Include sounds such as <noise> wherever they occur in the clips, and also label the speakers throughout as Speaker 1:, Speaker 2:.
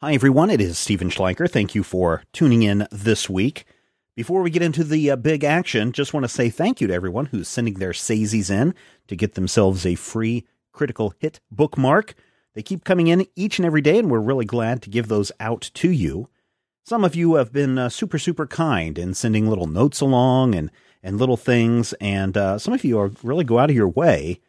Speaker 1: Hi, everyone. It is Steven Schleicher. Thank you for tuning in this week. Before we get into the uh, big action, just want to say thank you to everyone who's sending their sazies in to get themselves a free critical hit bookmark. They keep coming in each and every day, and we're really glad to give those out to you. Some of you have been uh, super, super kind in sending little notes along and, and little things, and uh, some of you are really go out of your way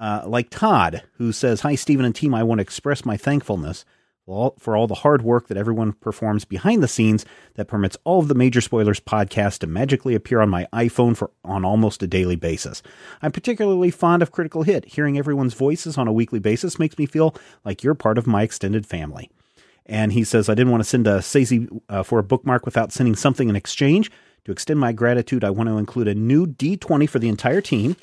Speaker 1: uh, like Todd, who says, Hi, Stephen and team. I want to express my thankfulness for all, for all the hard work that everyone performs behind the scenes that permits all of the Major Spoilers podcast to magically appear on my iPhone for on almost a daily basis. I'm particularly fond of Critical Hit. Hearing everyone's voices on a weekly basis makes me feel like you're part of my extended family. And he says, I didn't want to send a Sazy uh, for a bookmark without sending something in exchange. To extend my gratitude, I want to include a new D20 for the entire team.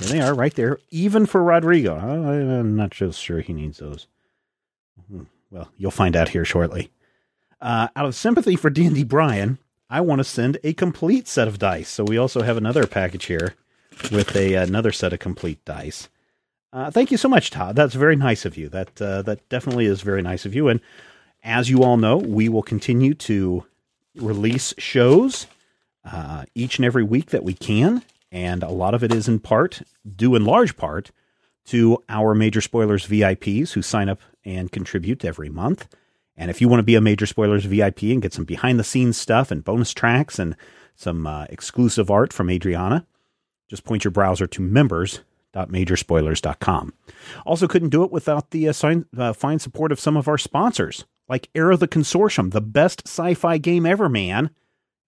Speaker 1: There they are, right there, even for Rodrigo. I, I'm not just sure he needs those. Hmm, Well, you'll find out here shortly. Uh, out of sympathy for D&D Brian, I want to send a complete set of dice. So we also have another package here with a another set of complete dice. Uh, thank you so much, Todd. That's very nice of you. That uh, that definitely is very nice of you. And as you all know, we will continue to release shows uh, each and every week that we can, and a lot of it is in part, due in large part, to our Major Spoilers VIPs who sign up and contribute every month. And if you want to be a Major Spoilers VIP and get some behind the scenes stuff and bonus tracks and some uh, exclusive art from Adriana, just point your browser to members.majorspoilers.com. Also, couldn't do it without the uh, sign, uh, fine support of some of our sponsors, like Air of the Consortium, the best sci fi game ever, man.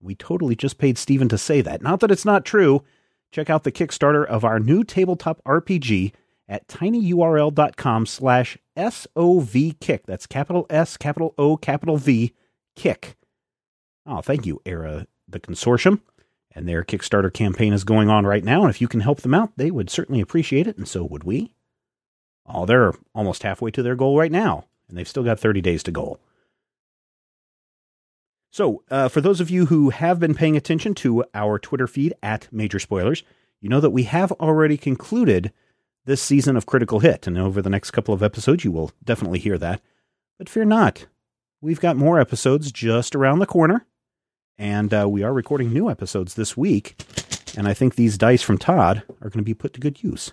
Speaker 1: We totally just paid Steven to say that. Not that it's not true. Check out the Kickstarter of our new tabletop RPG at tinyurl.com slash SOVkick. That's capital S, capital O, capital V, kick. Oh, thank you, Era the Consortium. And their Kickstarter campaign is going on right now, and if you can help them out, they would certainly appreciate it, and so would we. Oh, they're almost halfway to their goal right now, and they've still got 30 days to goal. So, uh, for those of you who have been paying attention to our Twitter feed at Major Spoilers, you know that we have already concluded this season of Critical Hit, and over the next couple of episodes, you will definitely hear that. But fear not, we've got more episodes just around the corner, and uh, we are recording new episodes this week. And I think these dice from Todd are going to be put to good use.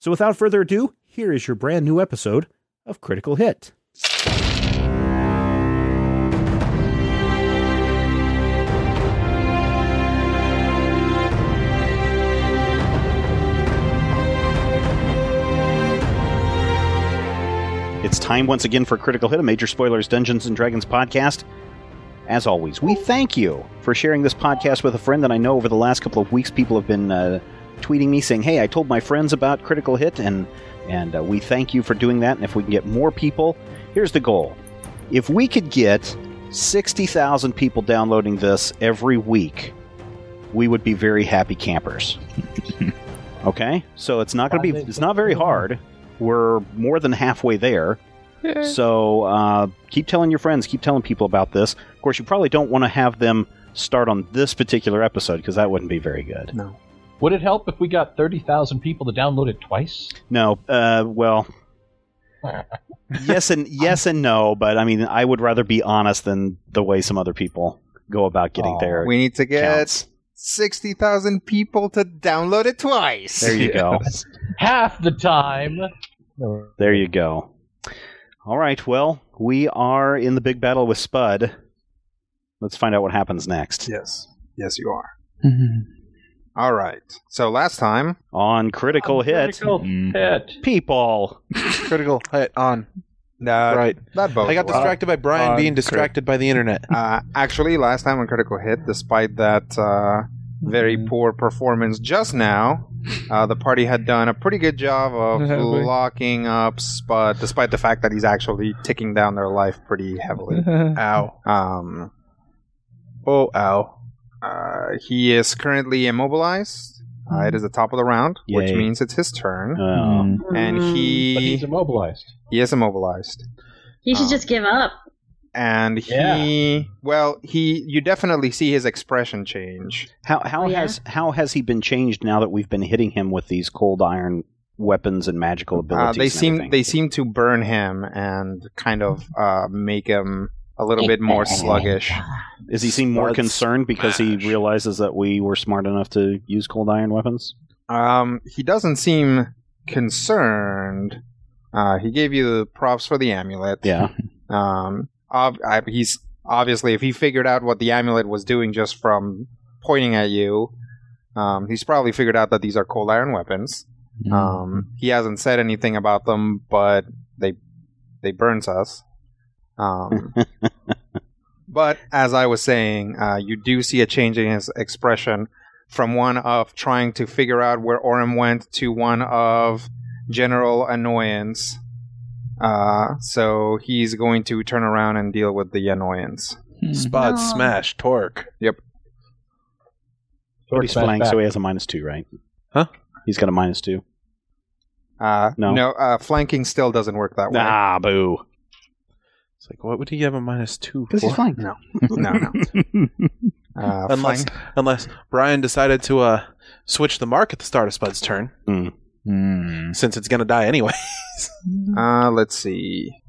Speaker 1: So, without further ado, here is your brand new episode of Critical Hit. It's time once again for Critical Hit, a major spoilers Dungeons and Dragons podcast. As always, we thank you for sharing this podcast with a friend that I know over the last couple of weeks people have been uh, tweeting me saying, "Hey, I told my friends about Critical Hit," and and uh, we thank you for doing that. And if we can get more people, here's the goal: if we could get sixty thousand people downloading this every week, we would be very happy campers. okay, so it's not going to be it's not very hard. We're more than halfway there. So uh, keep telling your friends, keep telling people about this. Of course, you probably don't want to have them start on this particular episode because that wouldn't be very good.
Speaker 2: No. Would it help if we got 30,000 people to download it twice?
Speaker 3: <laughs>
Speaker 1: No, uh, well,
Speaker 4: yes and yes and no, but I mean, I would rather be honest than the way some other people go about getting
Speaker 3: Aw,
Speaker 4: their
Speaker 3: We need to get
Speaker 4: counts.
Speaker 3: 60,000 people to download it twice.
Speaker 4: There you go.
Speaker 2: Half the time.
Speaker 4: There you go. All right. Well, we are in the big battle with Spud. Let's find out what happens next.
Speaker 3: <laughs> Yes. Yes, you are. All right. So last time,
Speaker 4: On critical hit,
Speaker 2: Critical hit.
Speaker 4: people.
Speaker 5: Critical hit on.
Speaker 3: uh,
Speaker 5: right.
Speaker 3: that both
Speaker 5: I got
Speaker 3: worked.
Speaker 5: distracted by Brian
Speaker 6: on
Speaker 5: being
Speaker 6: crit-
Speaker 5: distracted by the internet.
Speaker 3: Uh, actually, last time on Critical Hit, despite that uh, very poor performance just now, uh, the party had done a pretty good job of
Speaker 6: Yeah, we-
Speaker 3: locking up Spud, despite the fact that he's actually ticking down their life pretty heavily.
Speaker 5: Ow.
Speaker 3: Um,
Speaker 5: Oh, ow.
Speaker 3: uh, he is currently immobilized. Uh, it is the top of the round, which
Speaker 4: Yay.
Speaker 3: means it's his turn,
Speaker 4: Uh,
Speaker 3: and
Speaker 7: Mm-hmm.
Speaker 2: But
Speaker 3: he
Speaker 2: he's immobilized.
Speaker 3: he is immobilized.
Speaker 7: Mm. He should
Speaker 3: Oh.
Speaker 7: just give up.
Speaker 3: And he, well, he, you definitely see his expression change.
Speaker 4: How how
Speaker 7: Oh, yeah?
Speaker 4: has how has he been changed now that we've been hitting him with these cold iron weapons and magical
Speaker 3: Uh,
Speaker 4: abilities?
Speaker 3: they
Speaker 4: and
Speaker 3: seem
Speaker 4: everything?
Speaker 3: they seem to burn him and kind of uh, make him a little bit more sluggish.
Speaker 4: Is he seem more
Speaker 5: Spud
Speaker 4: concerned because he
Speaker 5: smash.
Speaker 4: realizes that we were smart enough to use cold iron weapons?
Speaker 3: Um, he doesn't seem concerned. Uh, he gave you the props for the amulet.
Speaker 4: Yeah.
Speaker 3: Um, ob- I, he's obviously if he figured out what the amulet was doing just from pointing at you, um, he's probably figured out that these are cold iron weapons. Um, he hasn't said anything about them, but they they burns us. Um, but as I was saying, uh, you do see a change in his expression from one of trying to figure out where Orem went to one of general annoyance. Uh, so he's going to turn around and deal with the annoyance.
Speaker 5: Spud,
Speaker 7: No.
Speaker 5: smash, torque.
Speaker 4: But he's
Speaker 2: Torque
Speaker 4: flying,
Speaker 2: back.
Speaker 4: so he has a minus two, right?
Speaker 5: Huh?
Speaker 4: He's got a minus two.
Speaker 3: Uh,
Speaker 4: No.
Speaker 3: uh, flanking still doesn't work that way.
Speaker 4: Ah, boo.
Speaker 5: It's like, what would he have a minus two for?
Speaker 4: Because he's flying.
Speaker 3: No. <laughs> No, no.
Speaker 6: <laughs>
Speaker 3: Uh,
Speaker 5: Unless,
Speaker 3: flank-
Speaker 5: unless Brian decided to uh, switch the mark at the start of Spud's turn,
Speaker 6: Hmm.
Speaker 5: since it's going to die anyway. <laughs>
Speaker 3: uh, let's see.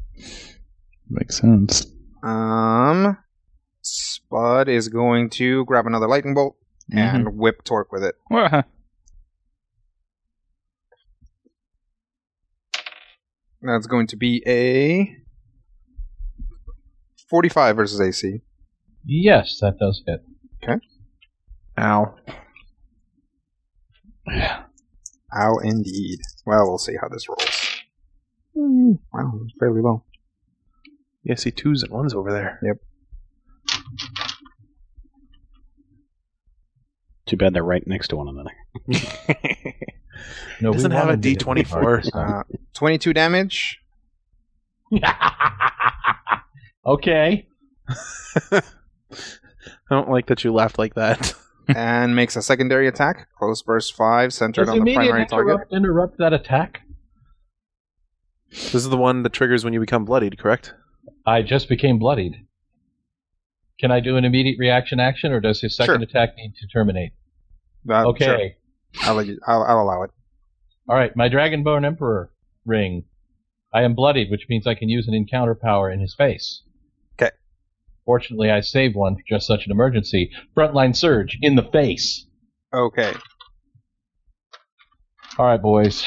Speaker 6: Makes sense.
Speaker 3: Um, Spud is going to grab another lightning bolt
Speaker 6: Mm-hmm.
Speaker 3: and whip Torque with it.
Speaker 6: Wha-
Speaker 3: That's going to be a 45 versus AC.
Speaker 2: Yes, that does hit.
Speaker 5: Ow.
Speaker 3: Ow, indeed. Well, we'll see how this rolls.
Speaker 5: Hmm.
Speaker 3: Wow, it's fairly low.
Speaker 5: Yeah, I see twos and ones over there.
Speaker 4: Too bad they're right next to one another.
Speaker 2: No, we
Speaker 5: Doesn't have
Speaker 2: wanted to
Speaker 5: a
Speaker 2: get
Speaker 5: D24.
Speaker 2: the mark
Speaker 3: Uh, 22
Speaker 5: <laughs>
Speaker 3: damage.
Speaker 2: this time. <laughs> okay.
Speaker 5: I don't like that you laughed like that. <laughs>
Speaker 3: and makes a secondary attack. Close burst five, centered
Speaker 2: Does
Speaker 3: on the
Speaker 2: immediate
Speaker 3: primary target.
Speaker 2: interrupt, interrupt that attack?
Speaker 5: this is the one that triggers when you become bloodied, correct?
Speaker 2: I just became bloodied. Can I do an immediate reaction action, or does his second
Speaker 3: Sure.
Speaker 2: attack need to terminate?
Speaker 3: That-
Speaker 2: okay.
Speaker 3: sure, I'll, let you- I'll, I'll allow it.
Speaker 2: All right, my Dragonbone Emperor ring. I am bloodied, which means I can use an encounter power in his face.
Speaker 3: 'Kay.
Speaker 2: Fortunately, I saved one for just such an emergency. Frontline surge in the face.
Speaker 3: Okay.
Speaker 2: All right, boys.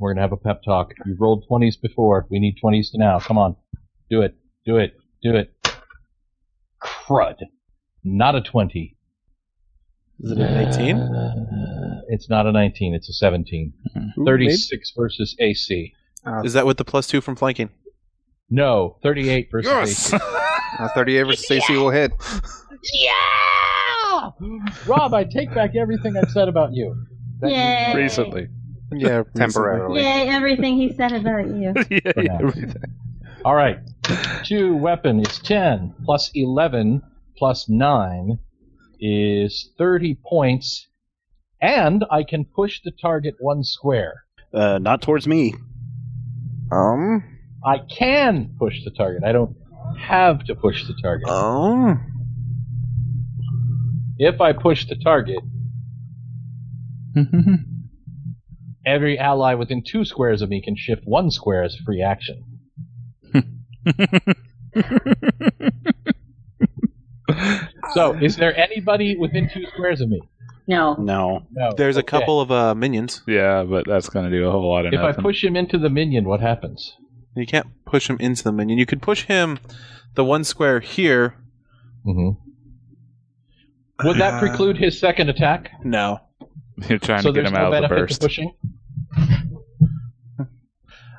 Speaker 2: We're going to have a pep talk. We rolled 20s before. We need 20s to now. Come on. Do it. Do it. Do it. Crud. Not a 20.
Speaker 5: Is it an 18?
Speaker 2: It's not a 19. It's a 17. 36 versus AC.
Speaker 5: Is that with the plus two from flanking?
Speaker 2: No, 38 versus AC.
Speaker 3: A 38 versus AC will
Speaker 5: <laughs>
Speaker 3: hit.
Speaker 7: Yeah!
Speaker 2: Rob, I take back everything I've said about you.
Speaker 7: Yay!
Speaker 6: Recently.
Speaker 5: yeah,
Speaker 3: Temporarily.
Speaker 7: Yay, everything he said about you.
Speaker 6: yeah,
Speaker 2: yeah. All right. Two weapon is 10 plus 11 plus 9 is 30 points. And I can push the target one square.
Speaker 4: Uh, not towards me.
Speaker 5: Um.
Speaker 2: I can push the target. I don't have to push the target.
Speaker 5: Um.
Speaker 6: Mm-hmm.
Speaker 2: If I push the target, Every ally within two squares of me can shift one square as a
Speaker 6: <laughs>
Speaker 2: free action. So, is there anybody within two squares of me?
Speaker 7: No.
Speaker 4: No.
Speaker 2: No.
Speaker 5: There's a
Speaker 2: Okay.
Speaker 5: couple of uh, minions.
Speaker 6: yeah, but that's going to do a whole lot of
Speaker 2: If I
Speaker 6: nothing.
Speaker 2: push him into the minion, what happens?
Speaker 5: You can't push him into the minion. You could push him the one square here.
Speaker 2: Mm-hmm. Would that
Speaker 5: Uh,
Speaker 2: preclude his second attack?
Speaker 5: No.
Speaker 6: You're trying
Speaker 2: so
Speaker 6: to get
Speaker 2: there's
Speaker 6: him
Speaker 2: no
Speaker 6: out of the
Speaker 2: benefit
Speaker 6: burst.
Speaker 2: to pushing.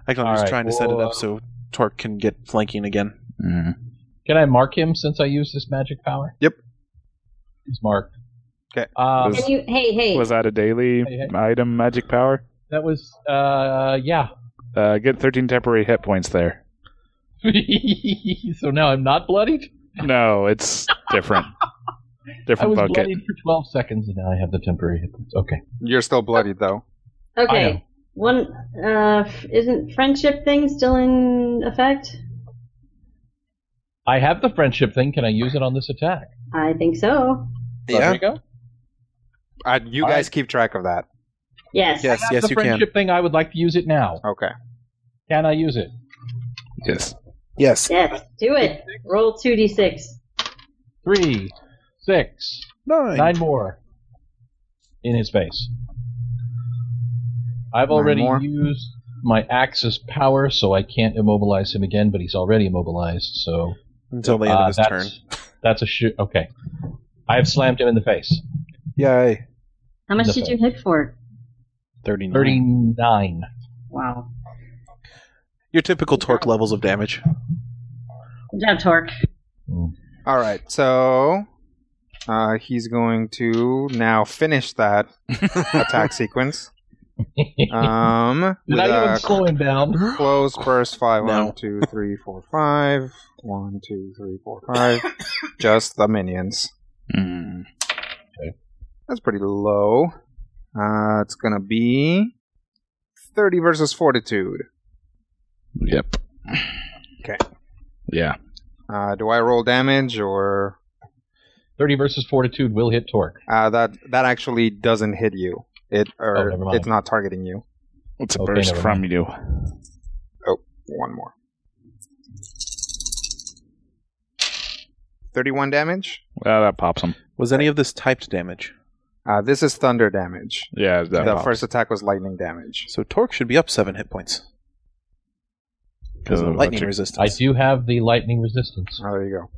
Speaker 5: I can,
Speaker 2: All
Speaker 5: I'm just
Speaker 2: right,
Speaker 5: trying to set it
Speaker 2: well,
Speaker 5: up
Speaker 2: uh,
Speaker 5: so Torque can get flanking again.
Speaker 6: Mm.
Speaker 2: Can I mark him since I use this magic power?
Speaker 5: Yep.
Speaker 2: He's marked.
Speaker 5: 'Kay.
Speaker 2: Um,
Speaker 6: Was-
Speaker 7: Can you? Hey, hey.
Speaker 6: Was that a daily
Speaker 2: Hey,
Speaker 6: item magic power?
Speaker 2: that was uh, yeah.
Speaker 6: Uh, get 13 temporary hit points there.
Speaker 2: <laughs> so now I'm not bloodied.
Speaker 6: No, Oh, it's different.
Speaker 2: I
Speaker 6: different
Speaker 2: was
Speaker 6: bucket.
Speaker 2: bloodied for 12 seconds, and now I have the temporary hit points. Okay.
Speaker 3: You're still bloodied though.
Speaker 2: I know.
Speaker 7: Okay. One. Uh, f- isn't friendship thing still in effect?
Speaker 2: I have the friendship thing. Can I use it on this attack?
Speaker 7: I think so.
Speaker 2: Rodrigo?
Speaker 3: Uh, you
Speaker 2: All
Speaker 3: guys
Speaker 2: right.
Speaker 3: keep track of that.
Speaker 7: Yes.
Speaker 5: Yes,
Speaker 2: I have
Speaker 5: yes,
Speaker 2: the
Speaker 5: you can.
Speaker 2: friendship thing. I would like to use it now.
Speaker 3: Okay.
Speaker 2: Can I use it?
Speaker 6: Yes.
Speaker 5: <laughs> Yes.
Speaker 7: Yes. Do it. Roll two d six.
Speaker 2: Three, six,
Speaker 5: Nine.
Speaker 2: nine more in his face. I've already
Speaker 3: more.
Speaker 2: used my Axis power, so I can't immobilize him again, but he's already immobilized, so.
Speaker 5: Until the end
Speaker 6: Ah,
Speaker 2: uh,
Speaker 5: of his turn.
Speaker 2: that's, that's a shoot. Okay. I have slammed him in the face.
Speaker 5: Yay.
Speaker 7: How much
Speaker 2: Nothing.
Speaker 7: did you hit for?
Speaker 5: 39.
Speaker 2: 39.
Speaker 7: Wow.
Speaker 5: Your typical Torque levels of damage.
Speaker 7: Good job, Torque.
Speaker 3: All right. So uh, he's going to now finish that attack sequence. Um,
Speaker 2: Did
Speaker 3: with
Speaker 2: I even
Speaker 3: a
Speaker 2: slow him down?
Speaker 3: close burst five.
Speaker 5: No.
Speaker 3: One, two, three, four, five. One, two, three, four, five. Just the minions.
Speaker 6: Mm.
Speaker 3: That's pretty low. Uh, it's gonna be thirty versus fortitude.
Speaker 6: Yep.
Speaker 3: Okay.
Speaker 6: Yeah.
Speaker 3: Uh, do I roll damage or
Speaker 2: 30 versus fortitude will hit torque.
Speaker 3: uh, that? That actually doesn't hit you. It
Speaker 2: Oh,
Speaker 3: or
Speaker 2: never mind.
Speaker 3: it's not targeting you.
Speaker 6: It's a
Speaker 2: Okay,
Speaker 6: burst
Speaker 2: never
Speaker 6: from you.
Speaker 3: Oh, One more. Thirty-one damage.
Speaker 6: Well, that pops him.
Speaker 5: Was any of this typed damage?
Speaker 3: Uh, this is thunder damage.
Speaker 6: Yeah, that
Speaker 3: the
Speaker 6: pops.
Speaker 3: first attack was lightning damage.
Speaker 5: So Torque should be up seven hit points. Because of
Speaker 6: Oh,
Speaker 5: the lightning
Speaker 6: electric.
Speaker 5: resistance.
Speaker 2: I do have the lightning resistance.
Speaker 3: Oh, there you go.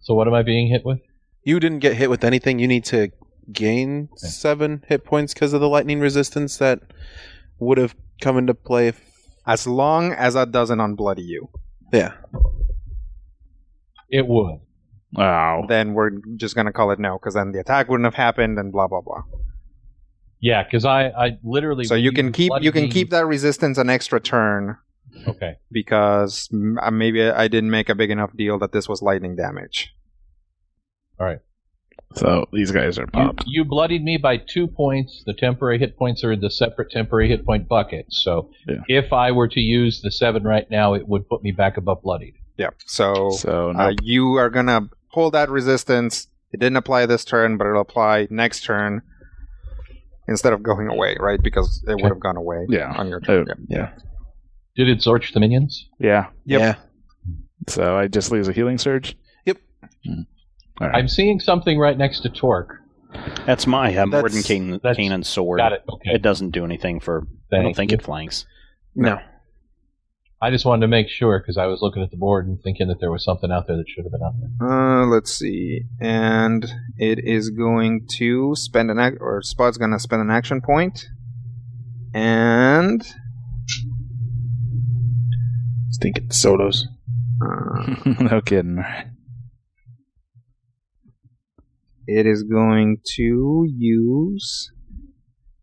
Speaker 2: So what am I being hit with?
Speaker 5: You didn't get hit with anything. You need to gain seven hit points because of the lightning resistance that would have come into play. If,
Speaker 3: As long as that doesn't unbloody you,
Speaker 5: yeah.
Speaker 2: It would.
Speaker 6: Wow.
Speaker 3: then we're just gonna call it no, because then the attack wouldn't have happened, and blah blah blah.
Speaker 2: Yeah, because I, I literally.
Speaker 3: So you can keep you can keep that resistance an extra turn
Speaker 2: Okay.
Speaker 3: because mm, uh, maybe I didn't make a big enough deal that this was lightning damage.
Speaker 6: So these guys are
Speaker 2: You,
Speaker 6: popped.
Speaker 2: you bloodied me by two points. The temporary hit points are in the separate temporary hit point bucket. So
Speaker 6: Yeah.
Speaker 2: if I were to use the seven right now, it would put me back above bloodied.
Speaker 3: Yeah. So,
Speaker 6: So
Speaker 3: uh,
Speaker 6: no.
Speaker 3: you are gonna pull that resistance. It didn't apply this turn, but it'll apply next turn instead of going away, right? Because it would have gone away
Speaker 6: yeah.
Speaker 3: on your turn.
Speaker 6: Oh,
Speaker 3: Yeah.
Speaker 5: Yeah.
Speaker 2: Did it zorch the minions?
Speaker 6: yeah.
Speaker 5: Yeah.
Speaker 6: So I just lose a healing surge.
Speaker 5: Yep.
Speaker 6: Mm. All right.
Speaker 2: I'm seeing something right next to Torque.
Speaker 4: That's my uh,
Speaker 5: That's-
Speaker 4: Morden Can-
Speaker 2: that's-
Speaker 4: Canaan sword.
Speaker 2: Got it. Okay.
Speaker 4: It doesn't do anything for. I don't
Speaker 2: Thank
Speaker 4: think
Speaker 2: you.
Speaker 4: it flanks.
Speaker 2: <laughs>
Speaker 5: No.
Speaker 2: I just wanted to make sure because I was looking at the board and thinking that there was something out there that should have been out there.
Speaker 3: Uh, let's see. And it is going to spend an act, or Spot's going to spend an action point. And
Speaker 5: Stinking sodas.
Speaker 3: uh,
Speaker 6: no kidding.
Speaker 3: it is going to use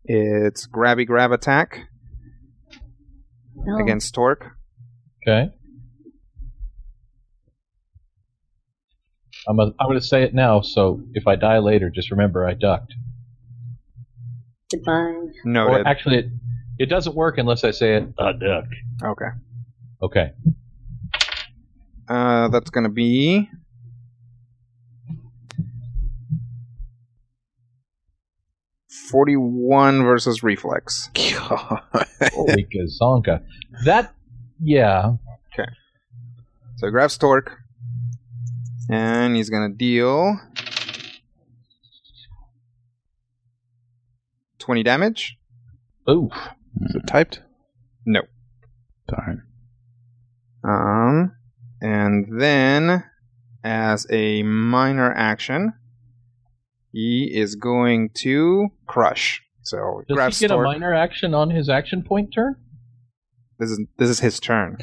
Speaker 3: its grabby grab attack
Speaker 7: No.
Speaker 3: against Torque.
Speaker 2: Okay. I'm, a, I'm going to say it now, so if I die later, just remember I ducked.
Speaker 7: Goodbye.
Speaker 3: No,
Speaker 2: Or actually, it, it doesn't work unless I say it. I duck.
Speaker 3: okay.
Speaker 2: Okay.
Speaker 3: Uh, that's going to be. 41 versus reflex.
Speaker 2: Holy gazonka. That, yeah.
Speaker 3: So he grabs Torque, and he's gonna deal twenty damage.
Speaker 2: Oof.
Speaker 5: Is it typed?
Speaker 3: No.
Speaker 6: Darn.
Speaker 3: Um, and then as a minor action, he is going to crush. So he
Speaker 2: Does
Speaker 3: grabs
Speaker 2: he get a
Speaker 3: Torque.
Speaker 2: minor action on his action point turn?
Speaker 3: this is this is his turn.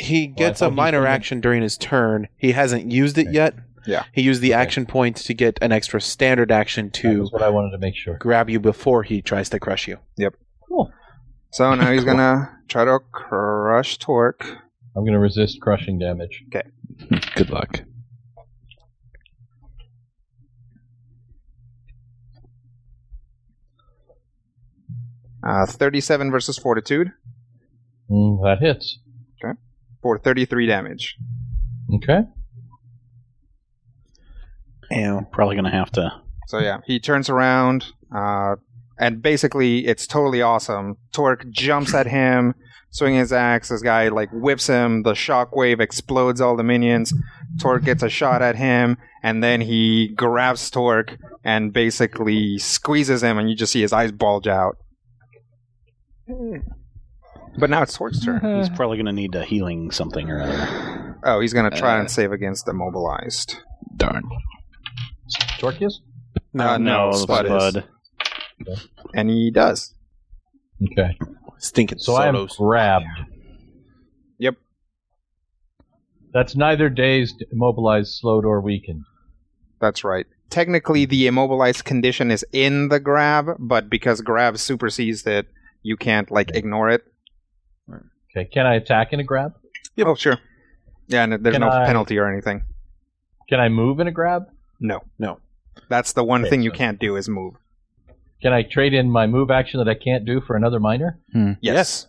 Speaker 5: He gets
Speaker 2: thought
Speaker 5: a
Speaker 2: he
Speaker 5: minor
Speaker 2: couldn't-
Speaker 5: action during his turn. He hasn't used it yet.
Speaker 3: Yeah.
Speaker 5: He used the action point to get an extra standard action
Speaker 2: That
Speaker 5: to
Speaker 2: was what I wanted to make sure.
Speaker 5: grab you before he tries to crush you.
Speaker 3: So now he's gonna try to crush Torque.
Speaker 2: I'm going to resist crushing damage.
Speaker 6: Good luck.
Speaker 3: Uh, thirty-seven versus Fortitude
Speaker 2: Mm, that hits.
Speaker 3: for thirty-three damage.
Speaker 2: Okay.
Speaker 4: Yeah, probably gonna have to.
Speaker 3: So yeah, he turns around, uh, and basically it's totally awesome. Torque jumps at him, swinging his axe. This guy like whips him. The shockwave explodes all the minions. Torque gets a shot at him, and then he grabs Torque and basically squeezes him, and you just see his eyes bulge out. But now it's Torque's
Speaker 1: Mm-hmm.
Speaker 2: Eh.
Speaker 3: turn.
Speaker 4: He's probably gonna need a healing something or other.
Speaker 3: Oh, he's gonna try and save against the mobilized.
Speaker 6: Darn.
Speaker 2: Torquus?
Speaker 3: Uh, no, Spud is. And he does.
Speaker 2: Okay.
Speaker 5: Stinking
Speaker 2: So I am
Speaker 5: solos.
Speaker 2: grabbed.
Speaker 3: Yep.
Speaker 2: That's neither dazed, immobilized, slowed, or weakened.
Speaker 3: That's right. Technically, the immobilized condition is in the grab, but because grab supersedes it, you can't like ignore it.
Speaker 2: Okay. Can I attack in a grab?
Speaker 3: Oh, sure. Yeah, and there's
Speaker 2: Can
Speaker 3: no
Speaker 2: I-
Speaker 3: penalty or anything.
Speaker 2: Can I move in a grab?
Speaker 3: No,
Speaker 5: No.
Speaker 3: that's the one
Speaker 2: Okay,
Speaker 3: thing you
Speaker 2: so-
Speaker 3: can't do is move.
Speaker 2: Can I trade in my move action that I can't do for another minor? <laughs>
Speaker 3: Yes.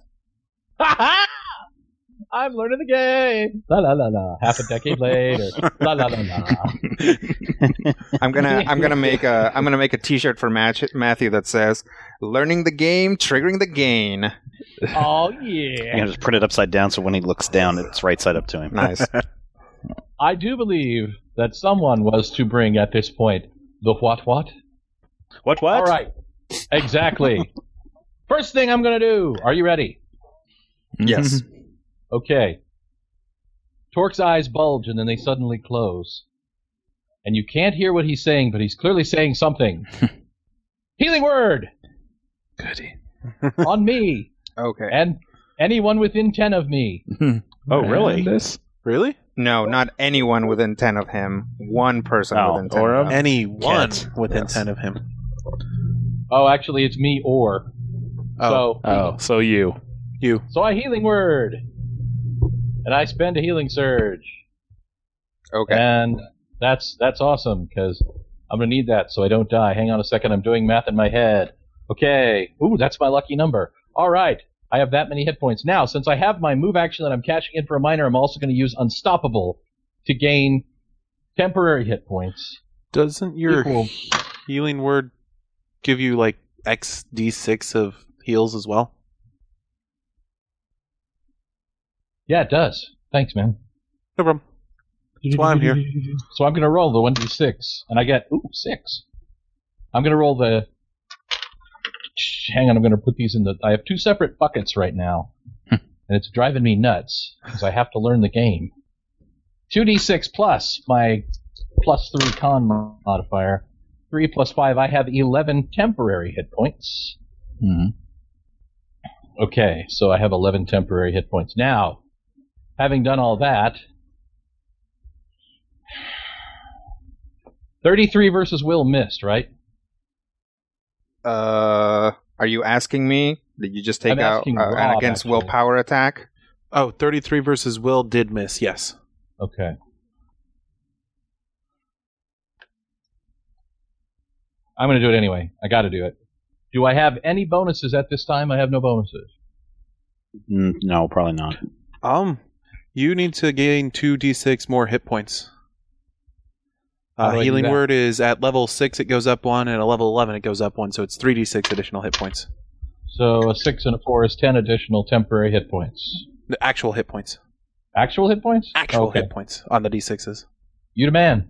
Speaker 2: I'm learning the game. La la la la. Half a decade later. la la la la.
Speaker 3: I'm gonna I'm gonna make a I'm gonna make a T-shirt for Match, Matthew that says "Learning the game, triggering the gain."
Speaker 2: Oh
Speaker 4: You
Speaker 2: yeah.
Speaker 4: can just print it upside down so when he looks down, it's right side up to him.
Speaker 3: Nice.
Speaker 2: I do believe that someone was to bring at this point the what what.
Speaker 4: What? What?
Speaker 2: All right.
Speaker 6: <laughs>
Speaker 2: Exactly. First thing I'm gonna do. Are you ready?
Speaker 3: yes.
Speaker 2: Okay. Torque's eyes bulge and then they suddenly close. And you can't hear what he's saying, but he's clearly
Speaker 6: <laughs>
Speaker 2: saying something. Healing word
Speaker 6: Goody.
Speaker 2: <laughs> on me
Speaker 3: Okay.
Speaker 2: and anyone within 10 of me.
Speaker 4: Oh, really?
Speaker 6: And This?
Speaker 5: Really?
Speaker 3: No, not anyone within ten of him. One person
Speaker 4: Oh,
Speaker 3: within ten.
Speaker 4: or
Speaker 6: um,
Speaker 3: of him.
Speaker 5: Any one
Speaker 4: Cat.
Speaker 5: within
Speaker 3: Yes.
Speaker 5: ten of him.
Speaker 2: Oh, actually, it's me or. So,
Speaker 6: Oh, so you.
Speaker 5: You.
Speaker 2: so I healing word. And I spend a healing surge.
Speaker 3: Okay.
Speaker 2: And that's that's awesome because I'm gonna need that so I don't die. Hang on a second, I'm doing math in my head. Okay, ooh, that's my lucky number. All right, I have that many hit points now. Since I have my move action that I'm cashing in for a minor, I'm also gonna use unstoppable to gain temporary hit points.
Speaker 5: Doesn't your
Speaker 2: Equal.
Speaker 5: healing word give you like X D six of heals as well?
Speaker 2: Yeah, it does. Thanks, man.
Speaker 5: No problem. That's why I'm here.
Speaker 2: <laughs> So I'm gonna roll the one d six, and I get ooh six. I'm gonna roll the. Hang on, I'm gonna put these in the. I have two separate buckets right now, and it's driving me nuts because I have to learn the game. Two d six plus my plus three con modifier, three plus five. I have eleven temporary hit points.
Speaker 6: Mhm.
Speaker 2: Okay, so I have eleven temporary hit points now. Having done all that, 33 versus Will missed, right?
Speaker 3: Uh, are you asking me? Did you just take
Speaker 2: I'm
Speaker 3: out
Speaker 2: asking
Speaker 3: uh, an
Speaker 2: Rob,
Speaker 3: against
Speaker 2: actually.
Speaker 3: willpower attack?
Speaker 5: Oh, 33 versus Will did miss, yes.
Speaker 2: Okay. I'm going to do it anyway. I got to do it. Do I have any bonuses at this time? I have no bonuses.
Speaker 4: Mm, no, probably not.
Speaker 5: Um, you need to gain 2d6 more hit points. Uh,
Speaker 2: do I do
Speaker 5: healing
Speaker 2: that?
Speaker 5: word is at level six, it goes up one, and at level eleven, it goes up one. So it's three d six additional hit points,
Speaker 2: So a six and a four is ten additional temporary hit points.
Speaker 5: the actual hit points,
Speaker 2: Actual hit points?
Speaker 5: actual
Speaker 2: okay.
Speaker 5: hit points on the d sixes.
Speaker 2: You the man.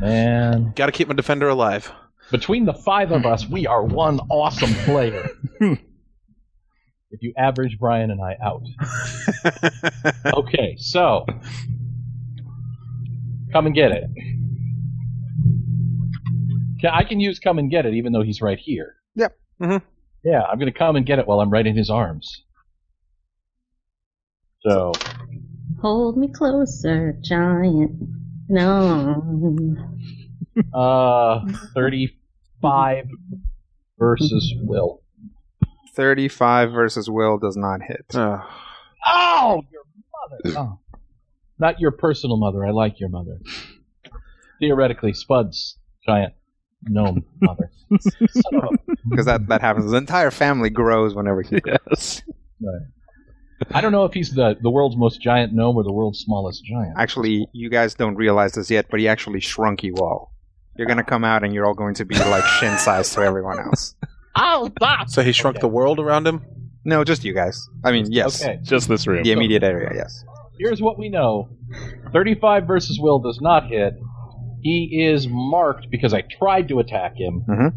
Speaker 2: Man.
Speaker 5: Got to keep my defender alive.
Speaker 2: Between the five of us, we are one awesome player. if you average Brian and I out. okay, so come and get it. Ca- I can use come and get it even though he's right here.
Speaker 3: Yep.
Speaker 5: Mhm.
Speaker 2: Yeah, I'm going to come and get it while I'm right in his arms. So,
Speaker 7: Hold me closer, giant. No.
Speaker 2: uh, 35 versus Will.
Speaker 3: 35 versus Will does not
Speaker 2: <laughs>
Speaker 3: hit.
Speaker 5: Ugh.
Speaker 2: Oh, your mother. Oh. Not your personal mother. I like your mother. Theoretically, Spud's giant gnome mother. Son of a-
Speaker 3: Because that, that happens. The entire family grows whenever he <laughs>
Speaker 6: Yes.
Speaker 2: I don't know if he's the, the world's most giant gnome or the world's smallest giant.
Speaker 3: Actually, you guys don't realize this yet, but he actually shrunk you all. You're going to come out and you're all going to be like shin size to everyone else.
Speaker 2: Oh, that's
Speaker 5: So he shrunk the world around him.
Speaker 3: No, just you guys. I mean, yes.
Speaker 2: Okay,
Speaker 6: Just this room.
Speaker 3: The immediate area, yes.
Speaker 2: here's what we know 35 versus Will does not hit. He is marked because I tried to attack him.
Speaker 3: Mhm.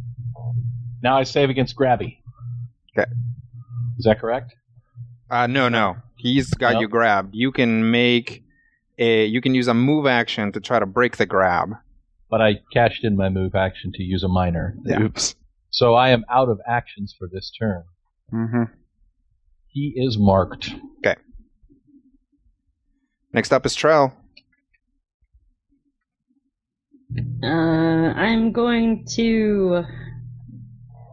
Speaker 2: Now I save against Grabby.
Speaker 3: Okay.
Speaker 2: Is that correct?
Speaker 3: Uh, no, no. He's got
Speaker 2: No.
Speaker 3: you grabbed. You can make a. You can use a move action to try to break the grab.
Speaker 2: But I cashed in my move action to use a minor.
Speaker 3: Yeah.
Speaker 6: Oops.
Speaker 2: So I am out of actions for this turn.
Speaker 5: Mm-hmm.
Speaker 2: He is marked.
Speaker 3: Next up is Trell.
Speaker 7: Uh, I'm going to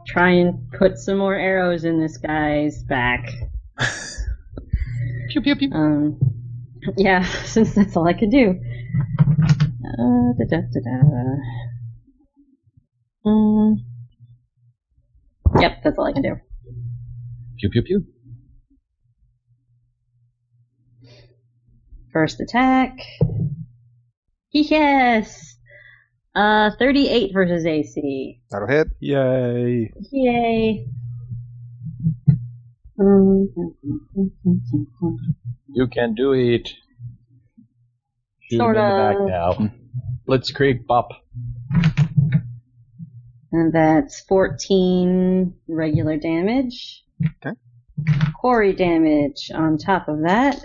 Speaker 7: try and put some more arrows in this guy's back.
Speaker 2: Pew, pew, pew.
Speaker 7: Um, yeah, <laughs> since that's all I can do. Uh, da, da, da, da. Mm. Yep, that's all I can do.
Speaker 2: Pew, pew, pew.
Speaker 7: First attack. Yes! Uh, 38 versus AC.
Speaker 3: That'll hit.
Speaker 6: Yay.
Speaker 7: Yay!
Speaker 2: You can do it. Shoot
Speaker 7: Sort
Speaker 2: him in
Speaker 7: of.
Speaker 2: the back now. Let's creep up.
Speaker 7: And that's 14 regular damage.
Speaker 3: Okay.
Speaker 7: Quarry damage on top of that.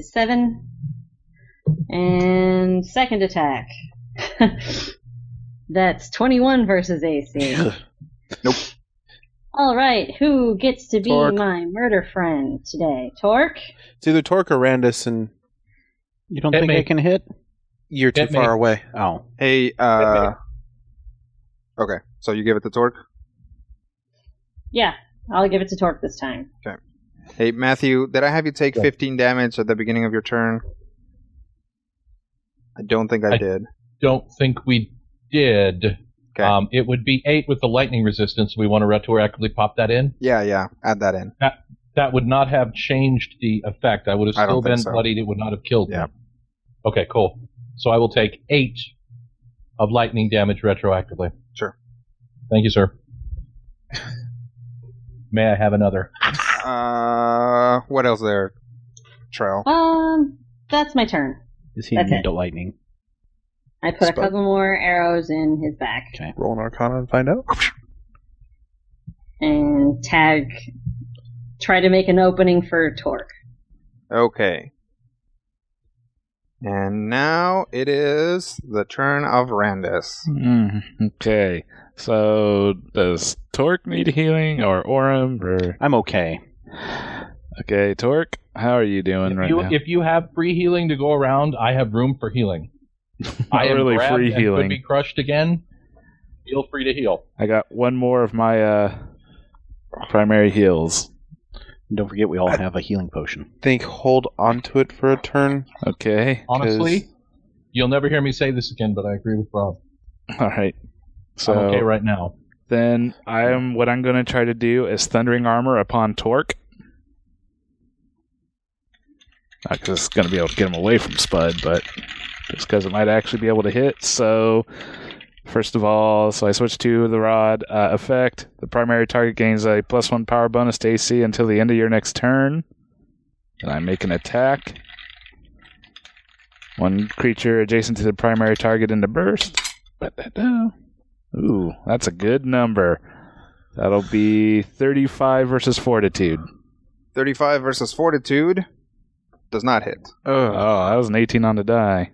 Speaker 7: Seven. And second attack. <laughs> that's 21 versus AC.
Speaker 3: <laughs> Nope.
Speaker 7: All right, who gets to be
Speaker 5: Torque.
Speaker 7: my murder friend today? Torque?
Speaker 5: It's either Torque or Randus, and
Speaker 4: You don't
Speaker 2: Hit
Speaker 4: think
Speaker 2: me.
Speaker 4: I can hit?
Speaker 5: you're too
Speaker 2: Hit me.
Speaker 5: far away.
Speaker 4: Oh,
Speaker 3: Hey, uh. Okay, so you give it to Torque.
Speaker 7: Yeah, I'll give it to Torque this time.
Speaker 3: Hey, Matthew, did I have you take
Speaker 2: Yeah.
Speaker 3: 15 damage at the beginning of your turn? I don't think I,
Speaker 2: I-
Speaker 3: did.
Speaker 2: Don't think we did.
Speaker 3: Okay.
Speaker 2: Um, it would be eight with the lightning resistance. We want to retroactively pop that in.
Speaker 3: yeah, yeah. Add that in.
Speaker 2: That would not have changed the effect. I would have
Speaker 3: I
Speaker 2: still
Speaker 3: don't think
Speaker 2: been
Speaker 3: so.
Speaker 2: bloodied. It would not have killed
Speaker 3: Yeah.
Speaker 2: me. Okay, cool. So I will take eight of lightning damage retroactively.
Speaker 3: Sure.
Speaker 2: Thank you, sir. May I have another?
Speaker 3: Uh, what else there, Trail?
Speaker 7: Um, that's my turn.
Speaker 4: is he
Speaker 7: That's
Speaker 4: immune
Speaker 7: it.
Speaker 4: to lightning?
Speaker 7: I put a
Speaker 5: Spud.
Speaker 7: couple more arrows in his back
Speaker 5: Roll an Arcana and find out.
Speaker 7: and tag. Try to make an opening for Torque.
Speaker 3: Okay. And now it is the turn of Randus.
Speaker 6: Mm, okay. So does Torque need healing or Orem or
Speaker 4: I'm okay.
Speaker 6: Okay, Torque, how are you doing right
Speaker 2: you,
Speaker 6: now?
Speaker 2: if you have free healing to go around, I have room for healing. I am
Speaker 6: really
Speaker 2: grabbed
Speaker 6: free
Speaker 2: and could
Speaker 6: healing.
Speaker 2: be crushed again. Feel free to heal.
Speaker 6: I got one more of my uh primary heals.
Speaker 4: And don't forget, we all have a healing potion.
Speaker 5: Think hold on to it for a turn.
Speaker 2: <laughs>
Speaker 6: Okay. 'cause-
Speaker 2: Honestly, you'll never hear me say this again, but I agree with Rob.
Speaker 6: all right. So
Speaker 2: I'm okay right now.
Speaker 6: then I am what I'm going to try to do is thundering armor upon Torque. Not because it's going to be able to get him away from Spud, but just because it might actually be able to hit. So, first of all, so I switch to the rod uh, effect. The primary target gains a plus one power bonus to AC until the end of your next turn. And I make an attack. One creature adjacent to the primary target into burst. Ba-da-da. Ooh, that's a good number. That'll be 35 versus fortitude.
Speaker 3: 35 versus fortitude does not hit.
Speaker 6: Oh, that was an 18 on the die.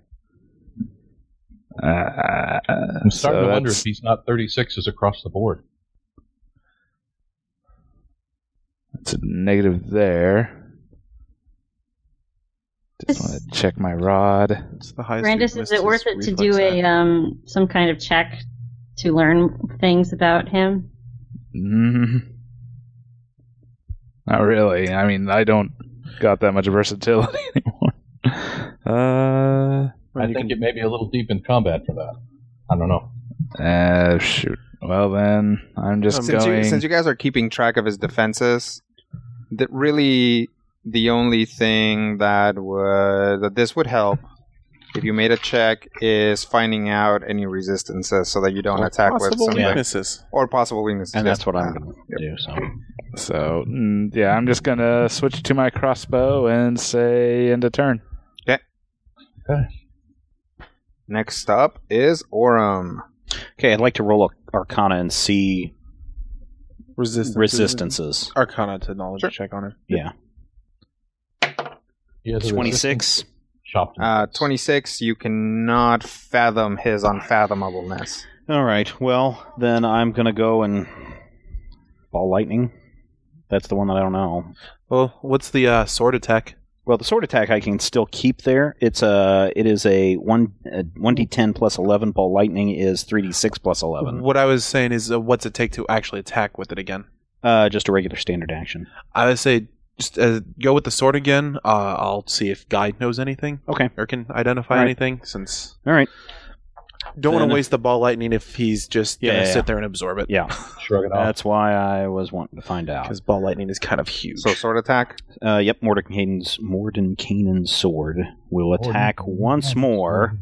Speaker 6: Uh,
Speaker 2: I'm starting
Speaker 6: so
Speaker 2: to wonder
Speaker 6: that's-
Speaker 2: if he's not 36 is across the board.
Speaker 6: It's a negative there. Just
Speaker 7: This-
Speaker 6: want to check my rod.
Speaker 5: It's the highest.
Speaker 7: Brandis, is it worth it to do a um some kind of check to learn things about him?
Speaker 6: Mm. Not really. I mean, I don't got that much versatility <laughs> anymore. Uh,
Speaker 2: I think it may be a little deep in combat for that. I don't know.
Speaker 6: uh shoot. Well then, I'm
Speaker 7: uh,
Speaker 6: just
Speaker 3: Since
Speaker 6: going.
Speaker 3: you, since you guys are keeping track of his defenses, that really the only thing that would that this would help if you made a check is finding out any resistances so that you don't attack with
Speaker 5: possible
Speaker 3: something
Speaker 5: weaknesses.
Speaker 3: or possible weaknesses.
Speaker 1: And
Speaker 3: yes.
Speaker 1: that's what I'm going to
Speaker 3: Yep.
Speaker 1: do. So
Speaker 6: So mm, yeah, I'm just gonna switch to my crossbow and say end of turn.
Speaker 3: Next up is Orum.
Speaker 1: okay, I'd like to roll a Arcana and see
Speaker 5: Resistance.
Speaker 1: resistances.
Speaker 5: Arcana to knowledge check on him.
Speaker 1: Yeah,
Speaker 2: He has a
Speaker 1: twenty
Speaker 2: resistance
Speaker 1: six.
Speaker 2: chopped.
Speaker 3: Uh, 26, you cannot fathom his unfathomableness.
Speaker 1: All right. Well, then I'm going to go and ball lightning. That's the one that I don't know.
Speaker 5: Well, what's the uh, sword attack?
Speaker 1: Well, the sword attack I can still keep there. It's a it is a one one d ten plus eleven. Ball lightning is three d six plus eleven.
Speaker 5: What I was saying is, uh, what's it take to actually attack with it again?
Speaker 1: Uh, just a regular standard action.
Speaker 5: I would say just uh, go with the sword again. Uh, I'll see if Guy knows anything
Speaker 1: Okay.
Speaker 5: or can identify
Speaker 1: Right.
Speaker 5: anything. Since
Speaker 1: All right.
Speaker 5: don't want
Speaker 1: Then-
Speaker 5: to waste the ball lightning if he's just
Speaker 1: Yeah,
Speaker 5: gonna
Speaker 1: yeah, yeah.
Speaker 5: sit there and absorb it.
Speaker 1: Yeah.
Speaker 2: Shrug it off.
Speaker 1: That's why I was wanting to find out.
Speaker 5: because ball lightning is kind of huge.
Speaker 3: So,
Speaker 1: <laughs>
Speaker 3: sword attack.
Speaker 1: Uh, yep. Mordenkainen's Mordenkainen's sword will attack once more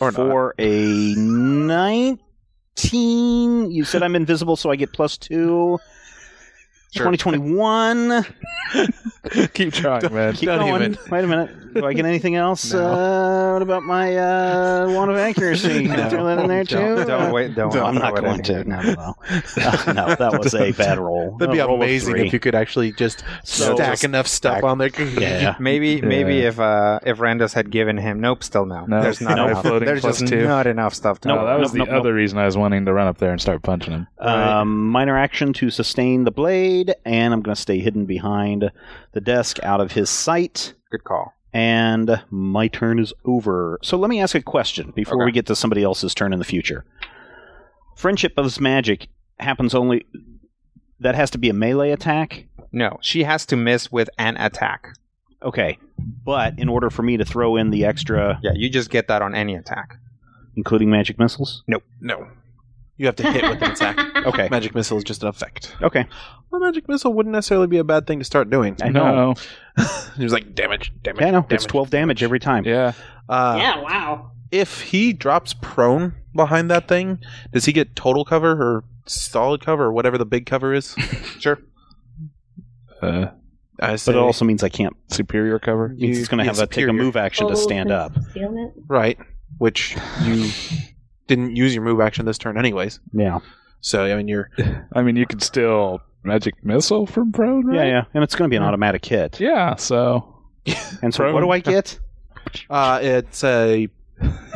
Speaker 5: Or not. <laughs>
Speaker 1: for a nineteen. You said I'm invisible, so I get plus two.
Speaker 3: Sure.
Speaker 1: Twenty twenty
Speaker 5: <laughs>
Speaker 1: one.
Speaker 6: Keep trying, man.
Speaker 1: Keep
Speaker 5: Don't
Speaker 1: going.
Speaker 5: <laughs> even.
Speaker 1: Wait a minute. Do I get anything
Speaker 5: <laughs>
Speaker 1: else? Uh, what about my uh, one of
Speaker 5: <laughs>
Speaker 1: accuracy? Can I throw that in there too?
Speaker 3: Don't, don't wait. Don't.
Speaker 1: No, I'm not
Speaker 3: throw it
Speaker 1: going to.
Speaker 3: in.
Speaker 1: No, no, no. Uh, no, <laughs> that was a bad roll.
Speaker 5: <laughs> That'd be
Speaker 1: A roll of
Speaker 5: amazing
Speaker 1: three.
Speaker 5: if you could actually just
Speaker 1: So-
Speaker 5: stack enough stuff
Speaker 1: stack-
Speaker 5: on there.
Speaker 1: Yeah.
Speaker 3: Maybe, maybe if uh, if Randus had given him, nope, still no.
Speaker 6: No.
Speaker 3: There's not
Speaker 6: No.
Speaker 3: enough.
Speaker 6: Floating
Speaker 3: There's
Speaker 6: plus
Speaker 3: just
Speaker 6: two.
Speaker 3: not enough stuff. To
Speaker 6: No, that was
Speaker 1: nope,
Speaker 6: the
Speaker 1: nope,
Speaker 6: other reason I was wanting to run up there and start punching him.
Speaker 1: Um, minor action to sustain the blade, and I'm going to stay hidden behind the desk out of his sight.
Speaker 3: Good call.
Speaker 1: And my turn is over. So let me ask a question before
Speaker 3: Okay.
Speaker 1: we get to somebody else's turn in the future. Friendship of magic happens only. That has to be a melee attack.
Speaker 3: No, she has to miss with an attack.
Speaker 1: Okay, but in order for me to throw in the extra,
Speaker 3: Yeah, you just get that on any attack.
Speaker 1: including magic missiles.
Speaker 5: No, <laughs> you have to hit with an <laughs> attack.
Speaker 1: Okay.
Speaker 5: Magic missile is just an effect.
Speaker 1: Okay.
Speaker 5: Well, magic missile wouldn't necessarily be a bad thing to start doing.
Speaker 1: I know.
Speaker 6: No.
Speaker 5: <laughs> He was like damage, damage.
Speaker 1: Yeah, I know.
Speaker 5: damage.
Speaker 1: It's twelve damage every time.
Speaker 6: Yeah.
Speaker 5: Uh,
Speaker 7: yeah, wow.
Speaker 5: If he drops prone behind that thing, does he get total cover or solid cover or whatever the big cover is? <laughs> sure.
Speaker 6: Uh,
Speaker 5: I
Speaker 1: But
Speaker 5: say
Speaker 1: it also means I can't.
Speaker 6: superior cover.
Speaker 1: Means it's going to
Speaker 5: you
Speaker 1: have a take a
Speaker 5: superior.
Speaker 1: move action to stand
Speaker 7: Oh,
Speaker 1: up.
Speaker 7: Concealment?
Speaker 5: right, which you didn't use your move action this turn anyways.
Speaker 1: Yeah.
Speaker 5: So I mean, you're
Speaker 6: I mean, you could still magic missile from prone,
Speaker 1: Yeah,
Speaker 6: right?
Speaker 1: yeah. And it's going to be an automatic hit.
Speaker 6: Yeah, so
Speaker 1: And so,
Speaker 6: Prone.
Speaker 1: what do I get?
Speaker 5: uh, it's a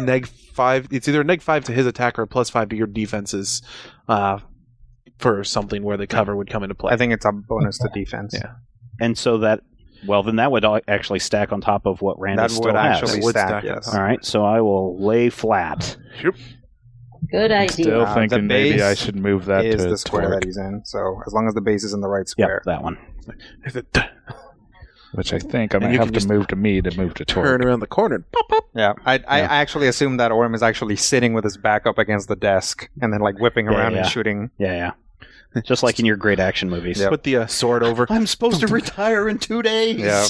Speaker 5: neg five. It's either a neg five to his attack or a plus five to your defenses. Uh, for something where the cover would come into play.
Speaker 3: I think it's a bonus to defense.
Speaker 5: Yeah.
Speaker 1: And so that, well, then that would al- actually stack on top of what Randall
Speaker 3: that
Speaker 1: still
Speaker 3: would
Speaker 1: has.
Speaker 3: actually
Speaker 5: That would
Speaker 3: stack.
Speaker 5: stack
Speaker 3: yes.
Speaker 1: All right. So I will lay flat.
Speaker 7: Good
Speaker 6: I'm
Speaker 7: idea.
Speaker 6: still
Speaker 3: Uh, the
Speaker 6: thinking maybe
Speaker 3: base
Speaker 6: I should move that
Speaker 3: is
Speaker 6: to
Speaker 3: the square
Speaker 6: torque,
Speaker 3: that he's in. So as long as the base is in the right
Speaker 1: Yep,
Speaker 3: square,
Speaker 1: that one.
Speaker 6: which I think I
Speaker 5: And
Speaker 6: might
Speaker 5: you
Speaker 6: have
Speaker 5: can
Speaker 6: to
Speaker 5: just
Speaker 6: move to me to move to
Speaker 5: Turn
Speaker 6: torque.
Speaker 5: around the corner and pop up.
Speaker 3: yeah. I, I, I actually assume that Orm is actually sitting with his back up against the desk and then like whipping
Speaker 1: Yeah,
Speaker 3: around
Speaker 1: yeah. <laughs>
Speaker 3: and shooting.
Speaker 1: Yeah, yeah. Just like in your great action movies.
Speaker 5: Put the uh, sword over.
Speaker 1: I'm
Speaker 5: <laughs>
Speaker 1: supposed to retire in two days.
Speaker 3: Yeah.